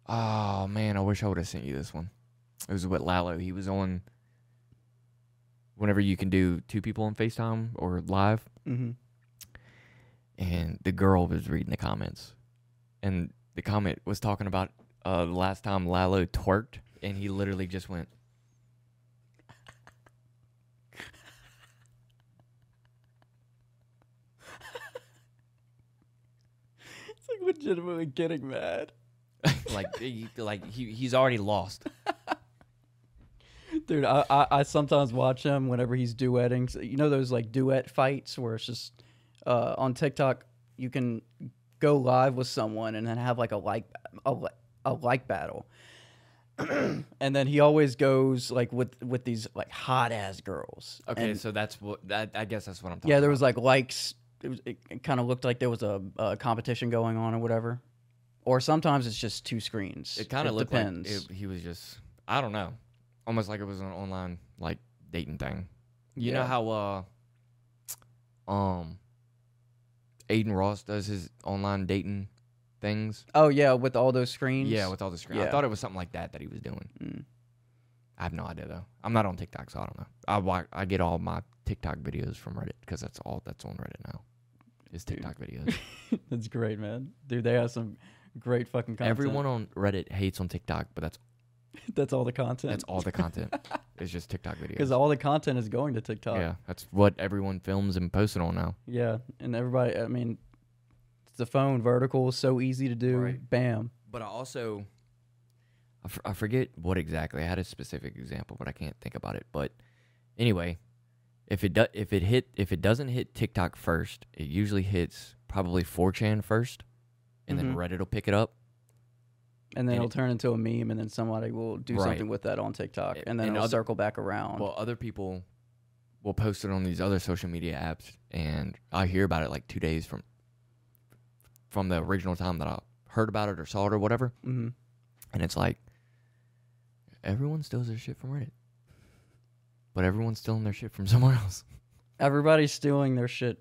S2: Oh man, I wish I would have sent you this one. It was with Lalo. He was on whenever you can do two people on FaceTime or live.
S1: Mhm.
S2: And the girl was reading the comments. And the comment was talking about uh the last time Lalo twerked and he literally just went <laughs>
S1: It's like legitimately getting mad.
S2: like he, like he he's already lost.
S1: Dude, I, I, I sometimes watch him whenever he's duetting. So, You know those like duet fights where it's just uh, on TikTok you can go live with someone and then have like a like a, li- a like battle. <clears throat> and then he always goes like with with these like hot ass girls.
S2: Okay,
S1: And-
S2: so that's what that, I guess that's what I'm talking
S1: yeah, there was like likes. It, was- it, kind of looked like there was a, a competition going on or whatever. Or sometimes it's just two screens.
S2: It kind of looked
S1: depends.
S2: like it, he was just I don't know, almost like it was an online like dating thing. You know
S1: Yeah.
S2: how uh, um, Aiden Ross does his online dating things.
S1: oh yeah, with all those screens.
S2: Yeah, with all the screen. I
S1: Yeah.
S2: thought it was something like that that he was doing.
S1: Mm.
S2: I have no idea though. I'm not on TikTok, so I don't know. I watch, I get all my TikTok videos from Reddit because that's all that's on Reddit now. Is
S1: <laughs>
S2: TikTok videos.
S1: That's great, man. Dude, they have some great fucking content.
S2: Everyone on Reddit hates on TikTok, but that's
S1: <laughs> that's all the content.
S2: that's
S1: <laughs>
S2: all the content. it's just TikTok videos.
S1: Because all the content is going to TikTok.
S2: Yeah, that's what everyone films and posts it on now.
S1: Yeah, and everybody. I mean, it's the phone vertical, so easy to do.
S2: Right.
S1: Bam.
S2: But I also, I f- I forget what exactly. I had a specific example, but I can't think about it. But anyway, if it do, if it hit if it doesn't hit TikTok first, it usually hits probably 4chan first, and then
S1: Mhm.
S2: Reddit will pick it up.
S1: And then
S2: And
S1: it'll
S2: it-
S1: turn into a meme, and then somebody will do
S2: Right.
S1: something with that on TikTok, and then
S2: and
S1: it'll
S2: other-
S1: circle back around.
S2: Well, other people will post it on these other social media apps, and I hear about it like two days from from the original time that I heard about it or saw it or whatever.
S1: mm-hmm.
S2: And it's like everyone steals their shit from Reddit. But everyone's stealing their shit from <laughs> somewhere else.
S1: Everybody's stealing their shit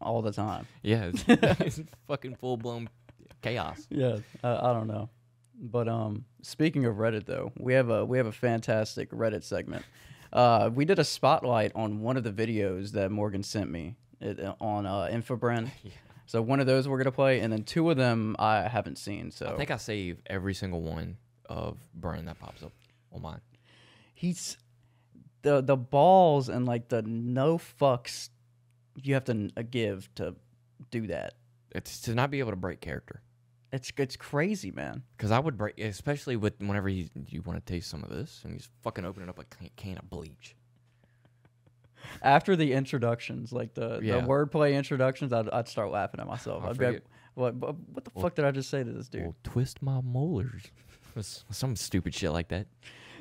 S1: all the time.
S2: <laughs> Yeah, it's, it's fucking full blown chaos.
S1: Yeah, I, I don't know. But um, speaking of Reddit, though, we have a we have a fantastic Reddit segment. Uh, we did a spotlight on one of the videos that Morgan sent me it, on uh,
S2: <laughs>
S1: Infobrand. So one of those we're gonna play, and then two of them I haven't seen. So
S2: I think I save every single one of Brian that pops up on mine.
S1: he's the the balls and like the no fucks you have to n- uh, give to do that.
S2: It's to not be able to break character.
S1: It's it's crazy, man.
S2: Because I would break, especially with whenever he, you want to taste some of this, and he's fucking opening up a can, can of bleach.
S1: after the introductions, like the,
S2: Yeah.
S1: the wordplay introductions, I'd, I'd start laughing at myself.
S2: I
S1: I'd be like,
S2: forget.
S1: what, what, what the
S2: Well-
S1: fuck did I just say to this dude?
S2: Well, twist my molars. <laughs> some stupid shit like that.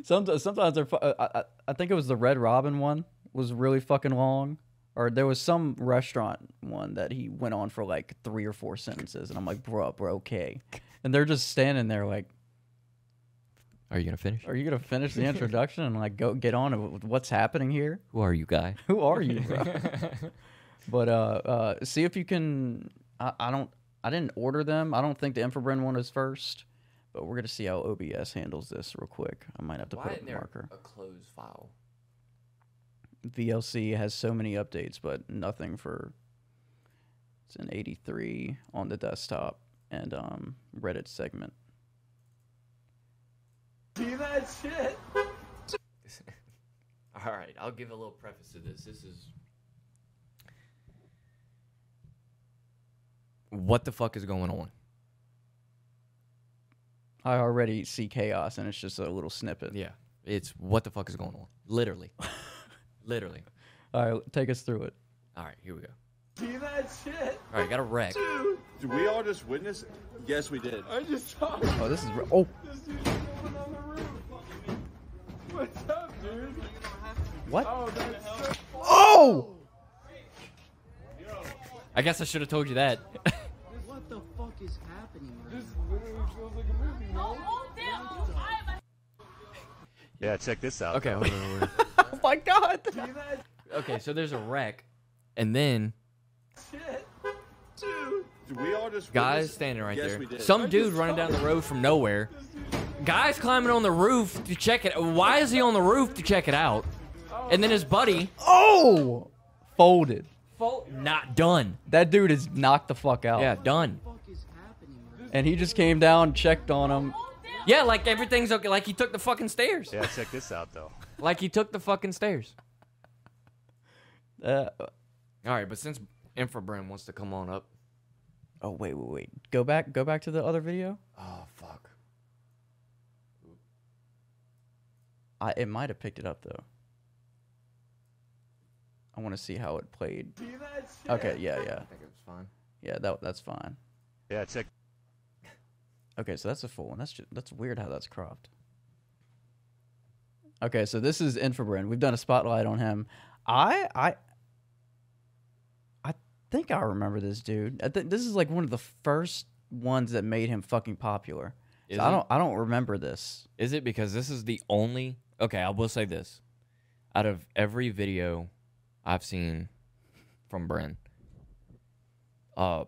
S1: Sometimes, sometimes they're, fu- uh, I, I- I think it was the Red Robin one was really fucking long, or there was some restaurant one that he went on for like three or four sentences, and I'm like, bro, we're okay. And they're just standing there like,
S2: Are you gonna finish?
S1: are you gonna finish the introduction and like go get on with what's happening here?
S2: Who are you, guy?
S1: Who are you, bro? but uh, uh, see if you can. I, I don't. I didn't order them. I don't think the Infrabrand one is first, but we're gonna see how OBS handles this real quick. I might have to
S13: Why
S1: put
S13: isn't
S1: up a
S13: there
S1: marker.
S13: a closed file?
S1: VLC has so many updates, but nothing for. It's an 83 on the desktop and um, Reddit segment.
S13: See that shit? All right, I'll give a little preface to this. This is
S2: What the fuck is going on?
S1: I already see chaos, and it's just a little snippet.
S2: Yeah, it's what the fuck is going on? Literally, literally.
S1: All right, take us through it.
S2: All right, here we go.
S13: See that shit?
S2: All right, got a wreck.
S14: Did we all just witness it? Yes, we did.
S13: I just saw
S1: Oh, this is re- oh.
S13: This dude's jumping on the roof. What's up, dude?
S1: What?
S13: Oh, that's so
S1: Oh!
S2: I guess I should have told you that.
S13: <laughs>
S6: What the fuck is happening right
S13: literally feels like a movie, man.
S5: Yeah, check this out.
S2: Okay,
S5: though.
S2: hold on, hold on.
S1: <laughs> oh my god.
S2: okay, so there's a wreck, and then
S14: Did we all just
S2: guys
S14: witness it?
S2: standing right
S14: yes,
S2: there.
S14: We did.
S2: Some dude running down the road from nowhere. Guys climbing on the roof to check it. Why is he on the roof to check it out? And then his buddy
S1: Oh, folded.
S2: Fold. not done.
S1: That dude is knocked the fuck
S14: Oh.
S1: out.
S2: Yeah, done.
S1: And he just came down, checked on him.
S2: Yeah, like everything's okay. Like he took the fucking stairs.
S5: Yeah, check this out though.
S2: Like he took the fucking stairs.
S1: Uh,
S2: All right, but since Infrabrand wants to come on up,
S1: oh wait, wait, wait. Go back, go back to the other video.
S2: oh fuck.
S1: I it might have picked it up though. I want to see how it played. Okay, yeah, yeah. I
S2: think it was fine.
S1: Yeah, that that's fine.
S5: Yeah, check.
S1: <laughs> Okay, so that's a full one. That's just, that's weird how that's cropped. Okay, so this is Infobrand. We've done a spotlight on him. I I I think I remember this dude. I think this is like one of the first ones that made him fucking popular. So
S2: Is
S1: I
S2: it?
S1: don't I don't remember this.
S2: Is it because this is the only? Okay, I will say this. Out of every video I've seen from Bren, uh,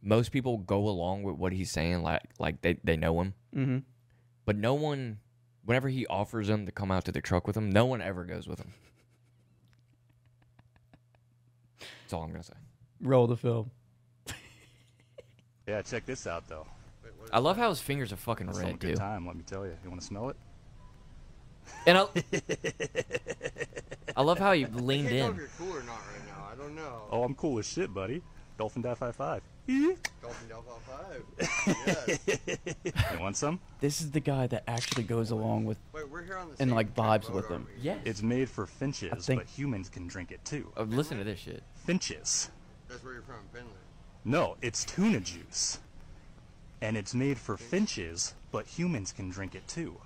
S2: most people go along with what he's saying, like like they, they know him.
S5: Mm-hmm.
S1: Mhm.
S2: But no one, whenever he offers them to come out to the truck with him, no one ever goes with him. That's all I'm gonna say.
S1: Roll the film.
S5: Yeah, check this out though.
S2: I love how his fingers are fucking
S5: That's a
S2: red
S5: good
S2: too.
S5: time, let me tell you. You want to smell it?
S2: And
S5: <laughs>
S2: I, I love how he leaned
S15: I can't
S2: in.
S15: tell if you're cool or not right now. I don't know.
S5: Oh, I'm cool as shit, buddy. Dolphin Dive Five Five.
S15: Dolphin Delphi Five. Yes.
S5: You want some?
S1: This is the guy that actually goes along with
S15: Wait, we're here on the
S1: and
S15: same
S1: like vibes with him.
S2: Yeah.
S5: It's made for finches,
S1: think-
S5: but humans can drink it too.
S2: Oh, listen to this shit.
S5: Finches.
S15: That's where you're from, Finland.
S5: No, it's tuna juice. And it's made for finches, but humans can drink it too.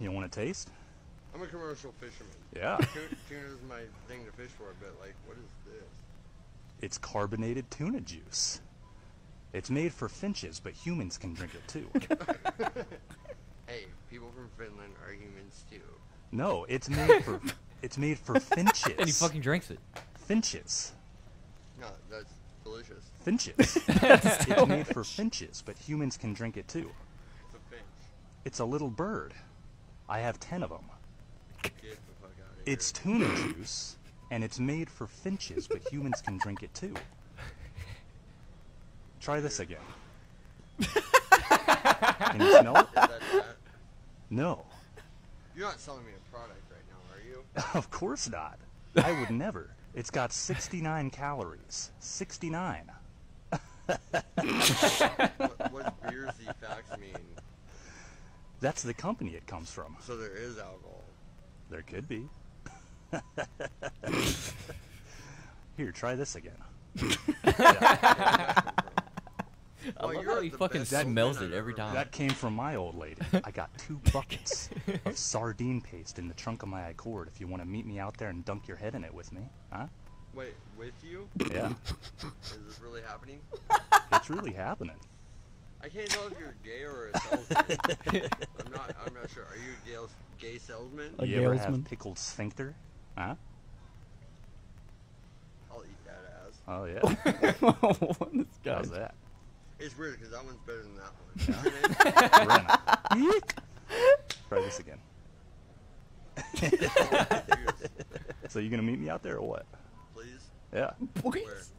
S5: You want to taste?
S15: I'm a commercial fisherman.
S5: Yeah.
S15: Tu- Tuna's my thing to fish for, but like, what is this?
S5: It's carbonated tuna juice. It's made for finches, but humans can drink it too.
S15: <laughs> Hey, people from Finland are humans too.
S5: no, it's made for it's made for finches.
S2: And he fucking drinks it.
S5: Finches.
S15: No, that's delicious.
S5: Finches. it's made for finches, but humans can drink it too.
S15: It's a finch.
S5: It's a little bird. I have ten of them.
S15: Get the fuck out of here.
S5: It's tuna juice, and it's made for finches, but humans can drink it too. Try this again. Can you smell it?
S15: Is that that?
S5: No,
S15: You're not selling me a product right now, are you?
S5: <laughs> of course not. I would never. It's got 69 calories. 69.
S15: what, what beers the facts mean?
S5: That's the company it comes from.
S15: So there is alcohol.
S5: There could be.
S2: <laughs>
S5: Here, try this again. Yeah.
S2: I love how he fucking smells it every time.
S5: That came from my old lady. I got two buckets
S15: <laughs>
S5: of sardine paste in the trunk of my Accord. If you want to meet me out there and dunk your head in it with me, huh?
S15: Wait, with you?
S5: Yeah.
S15: Is this really happening?
S5: It's really happening.
S15: I can't tell if you're gay or a salesman. I'm not. I'm not sure. Are you a gay, gay salesman?
S5: you ever have pickled sphincter? Huh?
S15: I'll eat that ass.
S5: Oh yeah. How's that?
S15: It's weird because that one's better than that
S5: <laughs>
S15: one.
S5: Try this
S15: <laughs>
S5: again. so you gonna meet me out there or what?
S15: Please.
S5: Yeah.
S15: Please.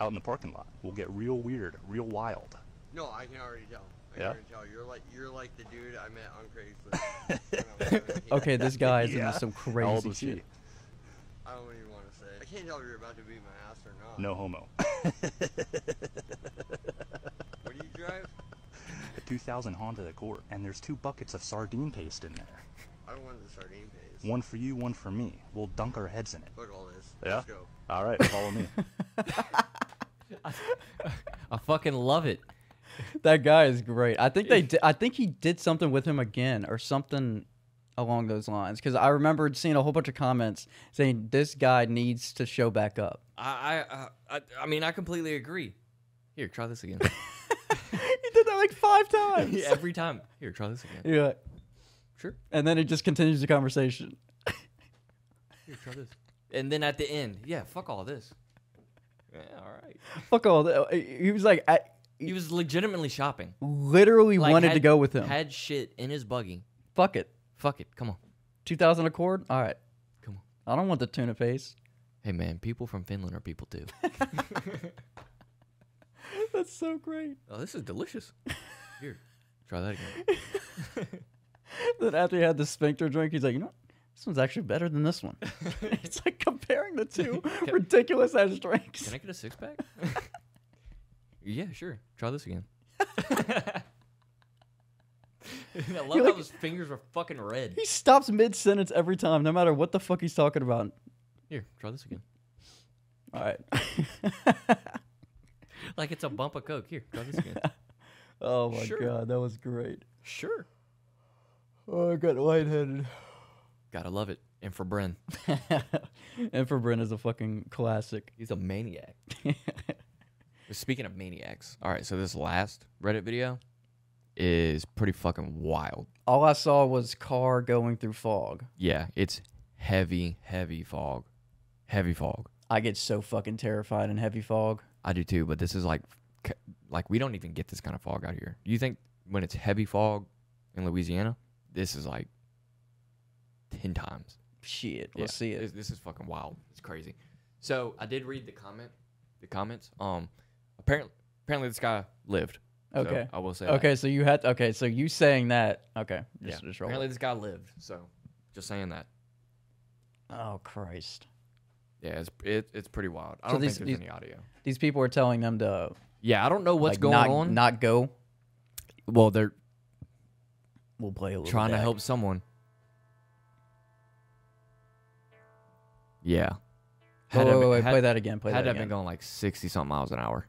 S5: Out in the parking lot. We'll get real weird, real wild.
S15: No, I can already tell. I can
S5: Yeah?
S15: already tell. You're like you're like the dude I met on
S5: <laughs>
S15: Craigslist.
S1: <laughs> Okay, this guy is into some
S5: How old
S1: crazy
S5: was she?
S1: shit.
S15: I don't even want to say. I can't tell if you're about to beat my ass or not.
S5: No homo.
S15: What do you drive?
S5: A 2000 Honda Accord, and there's two buckets of sardine paste in there.
S15: I don't want the sardine paste.
S5: One for you, one for me. We'll dunk our heads in it.
S15: Fuck all this.
S5: Yeah.
S15: Let's go.
S5: All right, follow me.
S2: I fucking love it.
S1: That guy is great. I think they. Di- I think he did something with him again or something along those lines because I remembered seeing a whole bunch of comments saying this guy needs to show back up.
S2: I I I, I mean I completely agree. Here, try this <laughs> again.
S1: He did that like five <laughs> times.
S2: Every time. Here, try this again.
S1: You're like,
S2: Sure.
S1: And then it just continues the conversation.
S2: Here, try this. And then at the end, yeah, fuck all this. Yeah, all right.
S1: Fuck all that. He was like, I
S2: He was legitimately shopping.
S1: literally
S2: Like,
S1: wanted to
S2: had-
S1: go with him.
S2: Had shit in his buggy.
S1: Fuck it.
S2: Fuck it. Come on.
S1: 2000 Accord? All right.
S2: Come on.
S1: I don't want the tuna paste.
S2: Hey man, people from Finland are people <laughs> too.
S1: That's so great.
S2: oh, this is delicious. Here, try that again.
S1: then after he had the sphincter drink, he's like, you know, what? this one's actually better than
S2: <laughs>
S1: this one. it's like comparing the two ridiculous ass drinks.
S2: Can I get a six <laughs> pack? yeah, sure. Try this <laughs> again. I love
S1: You're
S2: how
S1: like-
S2: his fingers were fucking red.
S1: He stops mid sentence every time, no matter what the fuck he's talking about.
S2: Here, try this <laughs> again.
S1: All right.
S2: Like it's a bump of coke. Here, try this <laughs> again.
S1: <laughs> oh my
S2: Sure.
S1: god, that was great.
S2: Sure.
S1: Oh, I got lightheaded. <laughs>
S2: Gotta love it. And for Bren,
S1: and for Brent is a fucking classic. <laughs>
S2: he's a maniac. Speaking of maniacs, all right. So this last Reddit video is pretty fucking wild.
S1: All I saw was car going through fog.
S2: Yeah, it's heavy, heavy fog. Heavy fog.
S1: I get so fucking terrified in heavy fog.
S2: I do too, but this is like, c- like we don't even get this kind of fog out here. You think when it's heavy fog in Louisiana, this is like ten times.
S1: Shit,
S2: Yeah,
S1: let's see it.
S2: This, this is fucking wild. It's crazy. So I did read the comment, the comments. Um, apparently, apparently this guy lived. So
S1: Okay,
S2: I will say. that.
S1: Okay, so you had. Okay, so you saying that? Okay, just,
S2: yeah.
S1: just roll.
S2: apparently
S1: it.
S2: this guy lived. So just saying that.
S1: Oh Christ!
S2: Yeah, it's it, it's pretty wild. I
S1: So
S2: don't
S1: these-
S2: think there's
S1: these-
S2: any audio.
S1: These people are telling them to.
S2: Yeah, I don't know what's
S1: like,
S2: going
S1: not-
S2: on.
S1: Not go.
S2: well, they're
S1: We'll play a little.
S2: trying to
S1: back.
S2: help someone. Yeah.
S1: Wait,
S2: I
S1: wait,
S2: been-
S1: wait, play that again, play
S2: had
S1: that
S2: I been
S1: again.
S2: going like sixty something miles an hour.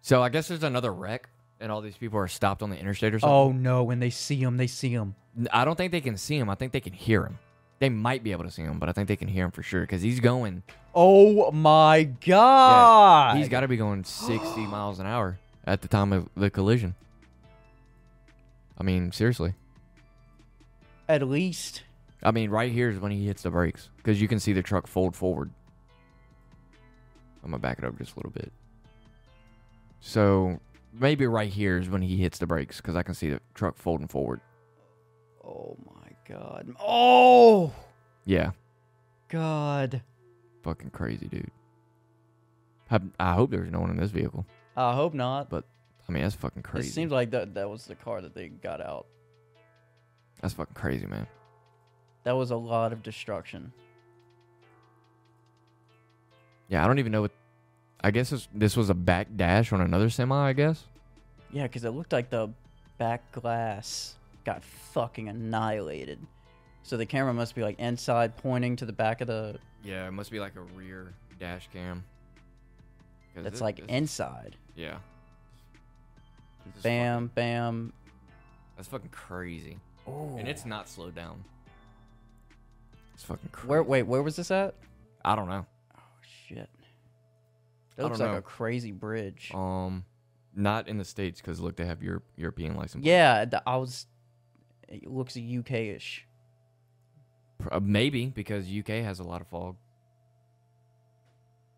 S2: So I guess there's another wreck, and all these people are stopped on the interstate or something.
S1: Oh no! When they see him, they see him.
S2: N- I don't think they can see him. I think they can hear him. They might be able to see him, but I think they can hear him for sure because he's going.
S1: Oh my
S2: yeah,
S1: God!
S2: he's got to be going
S1: <gasps>
S2: sixty miles an hour at the time of the collision. I mean, seriously.
S1: at least.
S2: I mean, right here is when he hits the brakes because you can see the truck fold forward. I'm gonna back it up just a little bit. So maybe right here is when he hits the brakes because I can see the truck folding forward.
S1: Oh my God! Oh
S2: Yeah,
S1: God!
S2: fucking crazy, dude. I, I hope there's no one in this vehicle,
S1: I hope not.
S2: but I mean that's fucking
S1: It
S2: crazy.
S1: seems like that that was the car that they got out.
S2: That's fucking crazy, man.
S1: That was a lot of destruction.
S2: Yeah, I don't even know what. I guess this, this was a back dash on another semi. I guess.
S1: Yeah, because it looked like the back glass got fucking annihilated. So the camera must be like inside, pointing to the back of the.
S2: Yeah, it must be like a rear dash cam.
S1: That's like inside.
S2: Yeah.
S1: bam, bam.
S2: That's fucking crazy.
S1: Oh.
S2: And it's not slowed down. It's fucking crazy.
S1: Where? Wait, where was this at?
S2: I don't know.
S1: Shit.
S2: I
S1: That looks
S2: don't
S1: like
S2: know.
S1: a crazy bridge.
S2: Um, not in the states because look, they have Europe, European license. plates.
S1: Yeah, the, I was. It looks UK-ish.
S2: Pro- uh, maybe because UK has a lot of fog.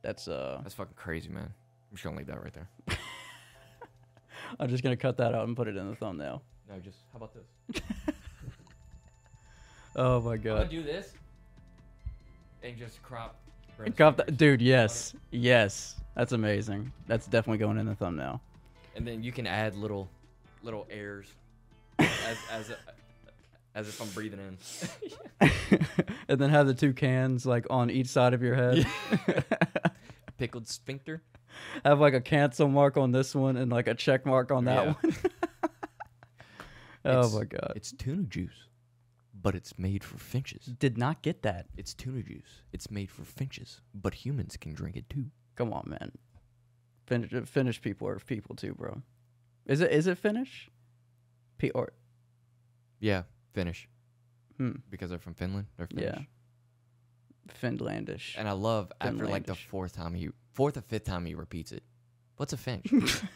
S1: That's uh.
S2: That's fucking crazy, man. I'm just gonna leave that right there.
S1: I'm just gonna cut that out and put it in the thumbnail.
S2: No, just how about this?
S1: Oh my
S2: I'm gonna
S1: god.
S2: do this and just crop. Bram
S1: Got
S2: Stoker.
S1: the- dude, yes, yes, that's amazing. That's definitely going in the thumbnail. <laughs>
S2: and then you can add little, little airs, as as as if I'm breathing
S1: <laughs>
S2: in.
S1: and then have the two cans like on each side of your head.
S2: Pickled sphincter.
S1: <laughs> have like a cancel mark on this one and like a check mark on that one. <laughs> oh
S2: It's-
S1: my god.
S2: It's tuna juice, but it's made for finches.
S1: Did not get that.
S2: It's tuna juice. It's made for finches, but humans can drink it too.
S1: Come on, man. Finnish, Finnish people are people too, bro. Is it is it Finnish? P or
S2: Yeah, Finnish.
S1: Hmm.
S2: Because they're from Finland. They're Finnish.
S1: yeah, Finlandish.
S2: And I love after like the fourth time he, fourth or fifth time he repeats it. What's a
S1: <laughs>
S2: finch?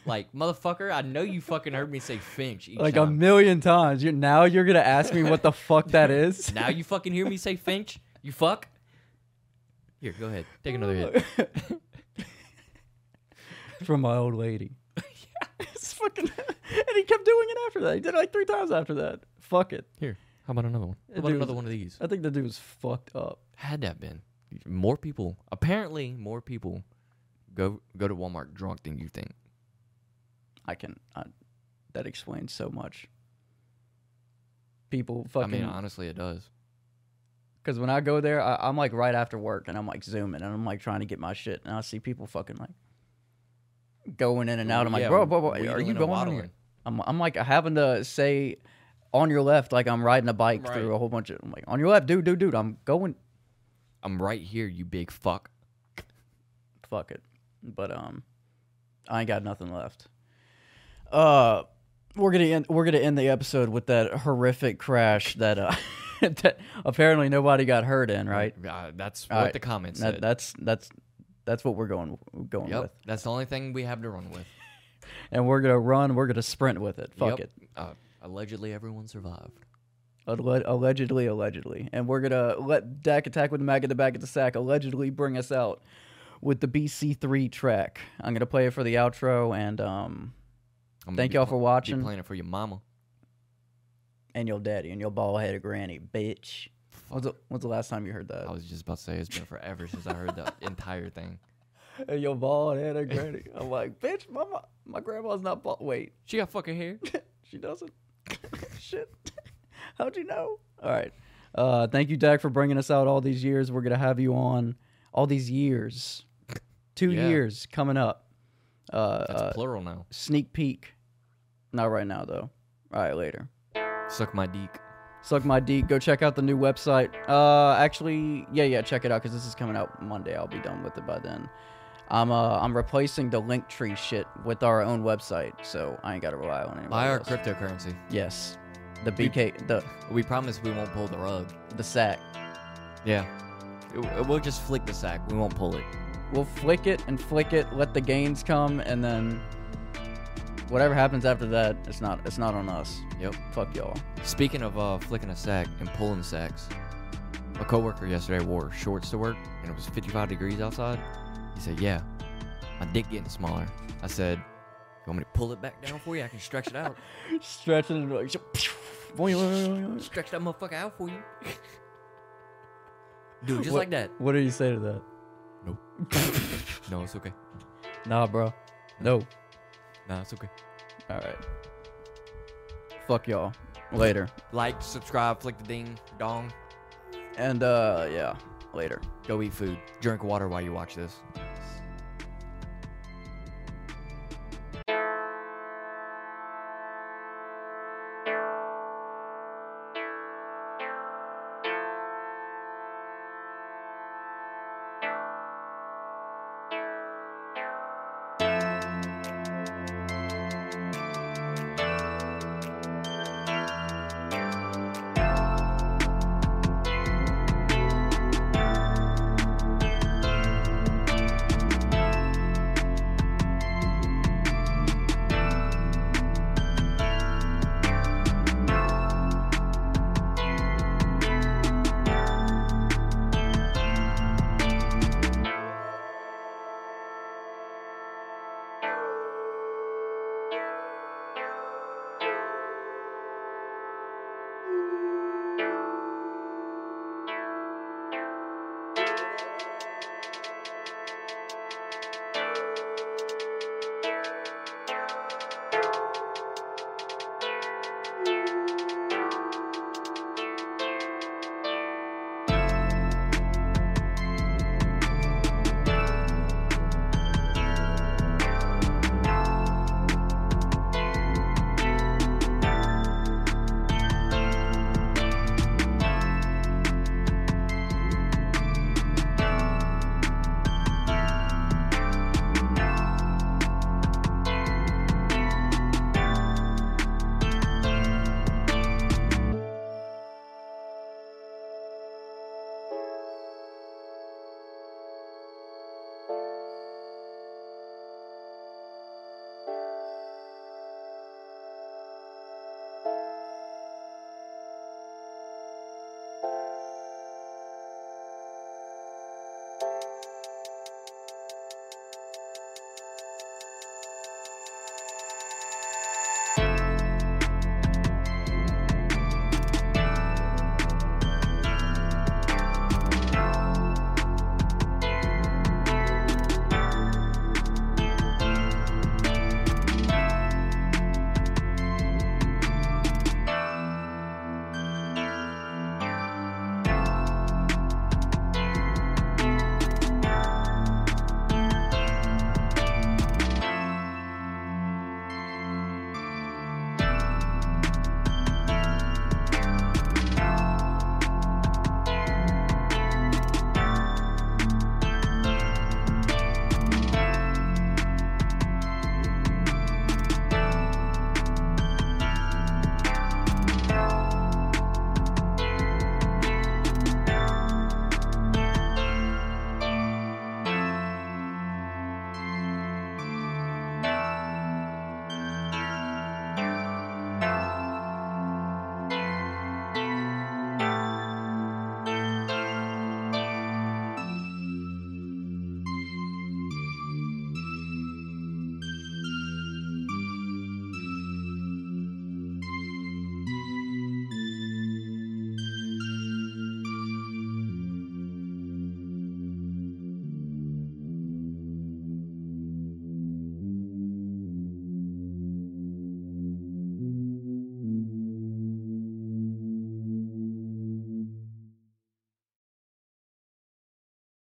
S2: like motherfucker, I know you fucking heard me say finch. Each
S1: like a
S2: time.
S1: million times. You're, now you're gonna ask me <laughs> what the fuck that <laughs> is.
S2: now you fucking hear me say finch. You fuck. Here, go ahead. Take another hit.
S1: from my old <laughs> lady. it's fucking, and he kept doing it after that. He did it like three times after that. Fuck it.
S2: Here, how about another one? How
S1: The
S2: about
S1: dude
S2: another
S1: was-
S2: one of these?
S1: I think the dude was fucked up.
S2: Had that been more people, apparently more people go go to Walmart drunk than you think.
S1: I can. I, that explains so much. People fucking.
S2: I mean, honestly, it does.
S1: Because when I go there, I, I'm like right after work and I'm like zooming and I'm like trying to get my shit. And I see people fucking like going in and out. I'm like,
S2: Yeah,
S1: bro, bro, bro,
S2: wheedling
S1: are you
S2: and
S1: going on here?
S2: waddling.
S1: I'm, I'm like having to say on your left, like I'm riding a bike
S2: Right.
S1: through a whole bunch of. I'm like, on your left, dude, dude, dude. I'm going.
S2: I'm right here, you big fuck.
S1: Fuck it. But, um, I ain't got nothing left. Uh, we're gonna end. We're gonna end the episode with that horrific crash that uh, <laughs> that apparently nobody got hurt in, right?
S2: Uh, that's
S1: All
S2: what
S1: right.
S2: the comments
S1: That-
S2: said.
S1: That's that's that's what we're going going
S2: yep,
S1: with,
S2: that's the only thing we have to run with.
S1: and we're gonna run. We're gonna sprint with it.
S2: Yep.
S1: Fuck it.
S2: Uh, allegedly, everyone survived.
S1: Alle- allegedly, allegedly, and we're gonna let Dak attack with the mag at the back of the sack. Allegedly, bring us out with the BC3 track. I'm gonna play it for the outro, and um,
S2: I'm gonna
S1: thank
S2: be
S1: y'all
S2: pl-
S1: for
S2: be
S1: watching.
S2: playing it for your mama.
S1: And your daddy and your bald headed granny, bitch. When's the, when's the last time you heard that?
S2: I was just about to say it's been forever since I heard
S1: <laughs>
S2: the entire thing.
S1: And your bald headed granny. I'm like, bitch, my mo- my grandma's not bald. Wait,
S2: she got fucking hair.
S1: she doesn't. <laughs> Shit. How'd you know? All right. Uh, thank you, Dak, for bringing us out all these years. We're gonna have you on all these years, two
S2: Yeah.
S1: years coming up. Uh,
S2: That's
S1: uh,
S2: plural now.
S1: sneak peek. Not right now though. All right, later.
S2: Suck my deek.
S1: Suck my deep. Go check out the new website. Uh, actually, yeah, yeah, check it out because this is coming out Monday. I'll be done with it by then. I'm uh, I'm replacing the Linktree shit with our own website, so I ain't gotta rely on anybody.
S2: Buy our
S1: else.
S2: cryptocurrency.
S1: Yes, the BK, the
S2: We promise we won't pull the rug.
S1: the sack.
S2: Yeah. It- we'll just flick the sack. We won't pull it.
S1: We'll flick it and flick it. Let the gains come, and then whatever happens after that, it's not it's not on us.
S2: Yep.
S1: Fuck y'all.
S2: Speaking of uh, flicking a sack and pulling sacks, a coworker yesterday wore shorts to work and it was 55 degrees outside. He said, "Yeah, my dick getting smaller." I said, "You want me to pull it back down for you? I can stretch it out. <laughs>
S1: Stretching like <laughs>
S2: stretch that motherfucker out for you, dude, just
S1: What-
S2: like that."
S1: What do you say to that?
S2: Nope. no, it's okay.
S1: <laughs> Nah, bro. No.
S2: Nah, it's okay.
S1: All right. Fuck y'all. Later.
S2: Like, subscribe, flick the ding dong,
S1: and uh, yeah, later.
S2: Go eat food. Drink water while you watch this.